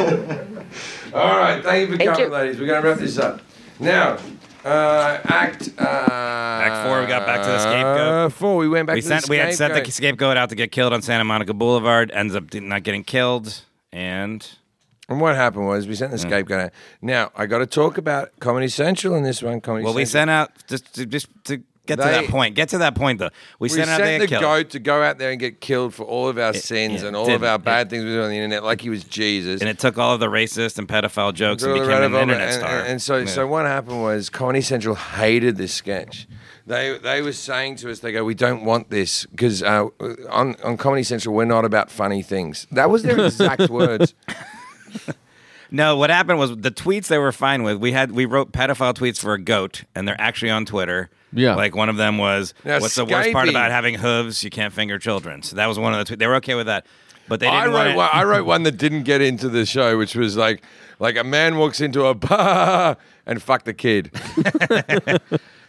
Speaker 1: All right. Thank you for
Speaker 5: Thank
Speaker 1: coming,
Speaker 5: you.
Speaker 1: ladies. We're going to wrap this up. Now, uh, act. Uh, act
Speaker 2: four, we got back to the scapegoat.
Speaker 1: Four, we went back
Speaker 2: we
Speaker 1: to
Speaker 2: sent
Speaker 1: the
Speaker 2: we had
Speaker 1: scapegoat.
Speaker 2: sent the scapegoat out to get killed on Santa Monica Boulevard. Ends up did- not getting killed, and
Speaker 1: And what happened was we sent the scapegoat. out. Now I got to talk about Comedy Central in this one. Comedy
Speaker 2: well, we
Speaker 1: Central.
Speaker 2: sent out just to, just to get to
Speaker 1: They-
Speaker 2: that point. Get to that point though. We,
Speaker 1: We
Speaker 2: sent out there
Speaker 1: the
Speaker 2: killed.
Speaker 1: goat to go out there and get killed for all of our sins
Speaker 2: yeah,
Speaker 1: and all
Speaker 2: did-
Speaker 1: of our
Speaker 2: it-
Speaker 1: bad things we do on the internet, like he was Jesus.
Speaker 2: and it took all of the racist and pedophile jokes and
Speaker 1: All
Speaker 2: became
Speaker 1: right
Speaker 2: an
Speaker 1: about
Speaker 2: internet
Speaker 1: that. and,
Speaker 2: star.
Speaker 1: And, and so, so what happened was Comedy Central hated this sketch. They they were saying to us, they go, we don't want this because uh, on on Comedy Central we're not about funny things. That was their exact words.
Speaker 2: No, what happened was the tweets they were fine with. We had we wrote pedophile tweets for a goat, and they're actually on Twitter.
Speaker 3: Yeah.
Speaker 2: like one of them was,
Speaker 1: Now,
Speaker 2: "What's the worst part
Speaker 1: Skypey-
Speaker 2: about having hooves? You can't finger children." So that was one of the tweets. They were okay with that, but they didn't
Speaker 1: I
Speaker 2: want
Speaker 1: wrote
Speaker 2: it-
Speaker 1: one, I wrote one that didn't get into the show, which was like like a man walks into a bar and fuck the kid.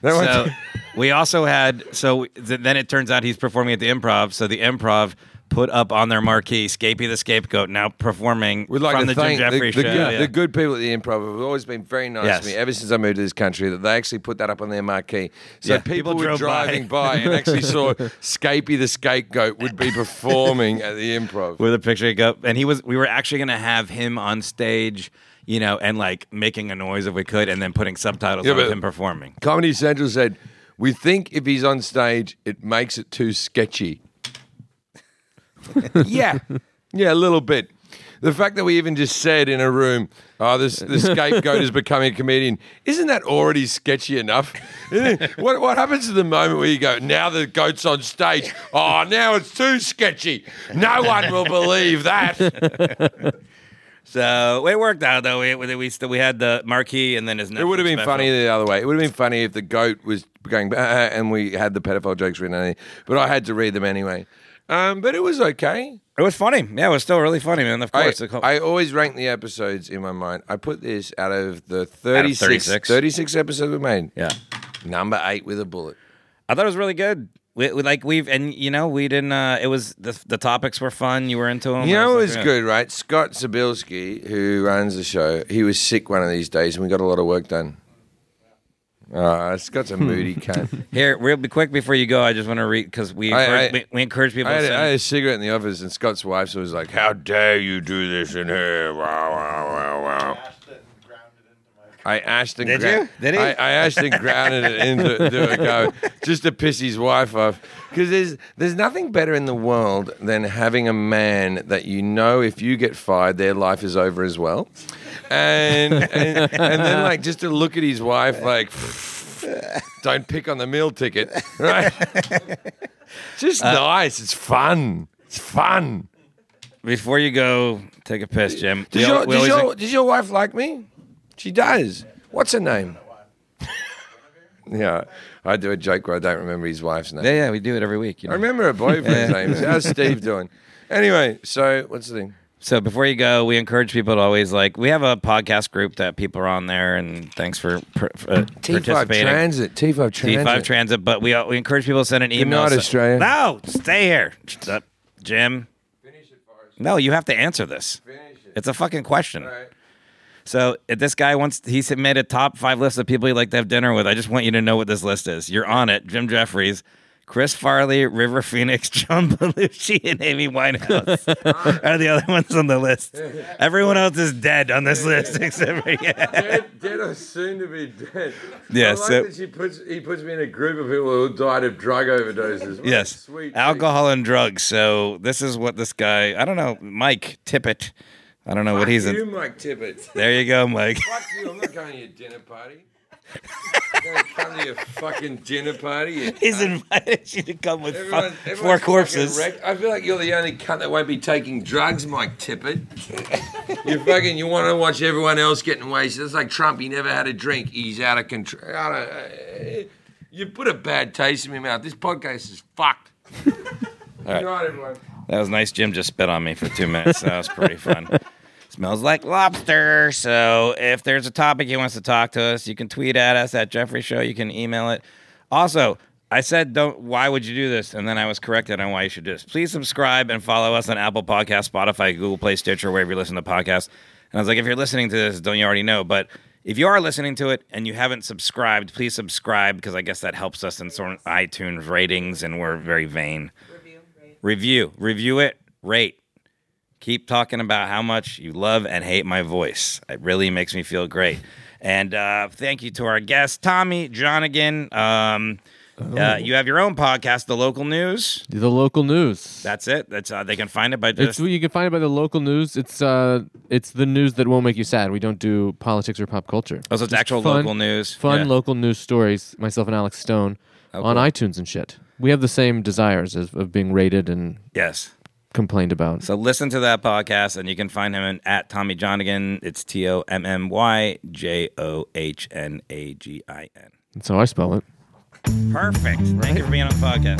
Speaker 1: That one-
Speaker 2: So we also had so th- then it turns out he's performing at the improv. So the improv put up on their marquee Scapey the scapegoat now performing
Speaker 1: We'd like
Speaker 2: from
Speaker 1: to
Speaker 2: the Jim
Speaker 1: thank the,
Speaker 2: Jeffrey
Speaker 1: the
Speaker 2: show.
Speaker 1: good,
Speaker 2: yeah.
Speaker 1: the good people at the Improv have always been very nice
Speaker 2: Yes.
Speaker 1: to me ever since I moved to this country. That they actually put that up on their marquee, so
Speaker 2: Yeah.
Speaker 1: people,
Speaker 2: People
Speaker 1: were
Speaker 2: drove by.
Speaker 1: driving by. and actually saw Scapy the Scapegoat would be performing at the Improv.
Speaker 2: with a picture of goat, and he was. We were actually going to have him on stage, you know, and like making a noise if we could, and then putting subtitles
Speaker 1: Yeah,
Speaker 2: on with
Speaker 1: but-
Speaker 2: him performing.
Speaker 1: Comedy Central said, "We think if he's on stage, it makes it too sketchy." yeah, yeah, a little bit. The fact that we even just said in a room, "Oh, this the scapegoat is becoming a comedian," isn't that already sketchy enough? Isn't it? what what happens to the moment where you go, "Now the goat's on stage. Oh, now it's too sketchy. No one will believe that."
Speaker 2: So it worked out though. We we we, still, we had the marquee, and then his.
Speaker 1: It would have been
Speaker 2: special.
Speaker 1: funny the other way. It would have been funny if the goat was going "Ah, ah," and we had the pedophile jokes written, on it, but I had to read them anyway. Um, but it was okay.
Speaker 2: It was funny. Yeah, it was still really funny, man. Of
Speaker 1: I,
Speaker 2: course. The co-
Speaker 1: I always rank the episodes in my mind. I put this out of the 36,
Speaker 2: 36.
Speaker 1: 36 episodes we made.
Speaker 2: yeah,
Speaker 1: Number eight with a bullet.
Speaker 2: I thought it was really good. We, we- like we've and you know we didn't. uh It was the the topics were fun. You were into them.
Speaker 1: You
Speaker 2: I
Speaker 1: know what
Speaker 2: like,
Speaker 1: was
Speaker 2: yeah.
Speaker 1: good, right? Scott Zabilski, who runs the show, he was sick one of these days and we got a lot of work done. Uh, Scott's a moody cunt.
Speaker 2: Here, real quick before you go, I just want to read because we,
Speaker 1: I-
Speaker 2: encourage-
Speaker 1: I-
Speaker 2: we we encourage people.
Speaker 1: I had,
Speaker 2: to
Speaker 1: a-
Speaker 2: send-
Speaker 1: I had a cigarette in the office, and Scott's wife was like, "How dare you do this in here?" Wow, wow, wow, wow. I ashed and
Speaker 2: Did
Speaker 1: gra-
Speaker 2: you? Did he?
Speaker 1: I, I ashed and grounded it into into a go just to piss his wife off. Because there's there's nothing better in the world than having a man that you know if you get fired, their life is over as well. And and, and then like just to look at his wife like don't pick on the meal ticket, right? Just nice. It's fun. It's fun.
Speaker 2: Before you go, take a piss, Jim.
Speaker 1: Does,
Speaker 2: We al-
Speaker 1: your,
Speaker 2: we
Speaker 1: does,
Speaker 2: always-
Speaker 1: your, does your wife like me? She does. What's her name? yeah, I do a joke where I don't remember his wife's name.
Speaker 2: yeah, yeah, we do it every week. You
Speaker 1: I
Speaker 2: know?
Speaker 1: remember her boyfriend's name. How's Steve doing? Anyway, so what's the thing?
Speaker 2: So before you go, we encourage people to always like we have a podcast group that people are on there, and thanks for, per, for uh,
Speaker 1: T5
Speaker 2: participating.
Speaker 1: Transit. T5 Transit.
Speaker 2: T5 Transit, but we we encourage people to send an email.
Speaker 1: night, Australia.
Speaker 2: No, stay here, Shut up, Jim. No, you have to answer this. It's a fucking question. So if this guy wants he s- made a top five list of people he'd like to have dinner with. I just want you to know what this list is. You're on it. Jim Jeffries, Chris Farley, River Phoenix, John Belushi, and Amy Winehouse are the other ones on the list. Everyone else is dead on this list except for yeah.
Speaker 1: Dead, dead or soon to be dead.
Speaker 2: Yeah,
Speaker 1: I like
Speaker 2: so-
Speaker 1: that she puts he puts me in a group of people who died of drug overdoses. What a
Speaker 2: Yes.
Speaker 1: sweet
Speaker 2: Alcohol and drugs. So this is what this guy, I don't know, Mike Tippett. I don't know what
Speaker 1: Fuck
Speaker 2: he's
Speaker 1: you,
Speaker 2: in.
Speaker 1: Mike Tippett.
Speaker 2: There you go, Mike.
Speaker 1: Fuck you! I'm not going to your dinner party. I'm going to come to your fucking dinner party. you
Speaker 2: He's
Speaker 1: cunt.
Speaker 2: invited you to come with fu-
Speaker 1: Everyone-
Speaker 2: four
Speaker 1: everyone's
Speaker 2: corpses.
Speaker 1: fucking wrecked. I feel like you're the only cunt that won't be taking drugs, Mike Tippett. you fucking, you want to watch everyone else getting wasted. It's like Trump. He never had a drink. He's out of control. Out of, uh, you put a bad taste in my mouth. This podcast is fucked. Good night, everyone.
Speaker 2: That was nice. Jim just spit on me for two minutes. That was pretty fun. Smells like lobster. So if there's a topic he wants to talk to us, you can tweet at us at Jeffrey Show. You can email it. Also, I said, "Don't." Why would you do this? And then I was corrected on why you should do this. Please subscribe and follow us on Apple Podcasts, Spotify, Google Play, Stitcher, wherever you listen to podcasts. And I was like, if you're listening to this, don't you already know? But if you are listening to it and you haven't subscribed, please subscribe because I guess that helps us in sort of iTunes ratings, and we're very vain review review it rate keep talking about how much you love and hate my voice it really makes me feel great and uh, thank you to our guest tommy johnigan um,
Speaker 3: Oh.
Speaker 2: uh, you have your own podcast the local news
Speaker 3: The local news.
Speaker 2: that's it that's uh, they can find it by
Speaker 3: It's
Speaker 2: just
Speaker 3: you can find it by the local news. It's uh, it's the news that won't make you sad. We don't do politics or pop culture.
Speaker 2: also it's actual
Speaker 3: fun-
Speaker 2: local news
Speaker 3: Fun
Speaker 2: Oh, Yeah. Oh,
Speaker 3: local news stories. Myself and Alex Stone on iTunes and shit. We have the same desires as, of being rated and
Speaker 2: yes
Speaker 3: complained about.
Speaker 2: So listen to that podcast, and you can find him in, at Tommy Johnigan. It's T O M M Y J O H N A G I N.
Speaker 3: That's how I spell it.
Speaker 2: Perfect. Thank you for being on the podcast.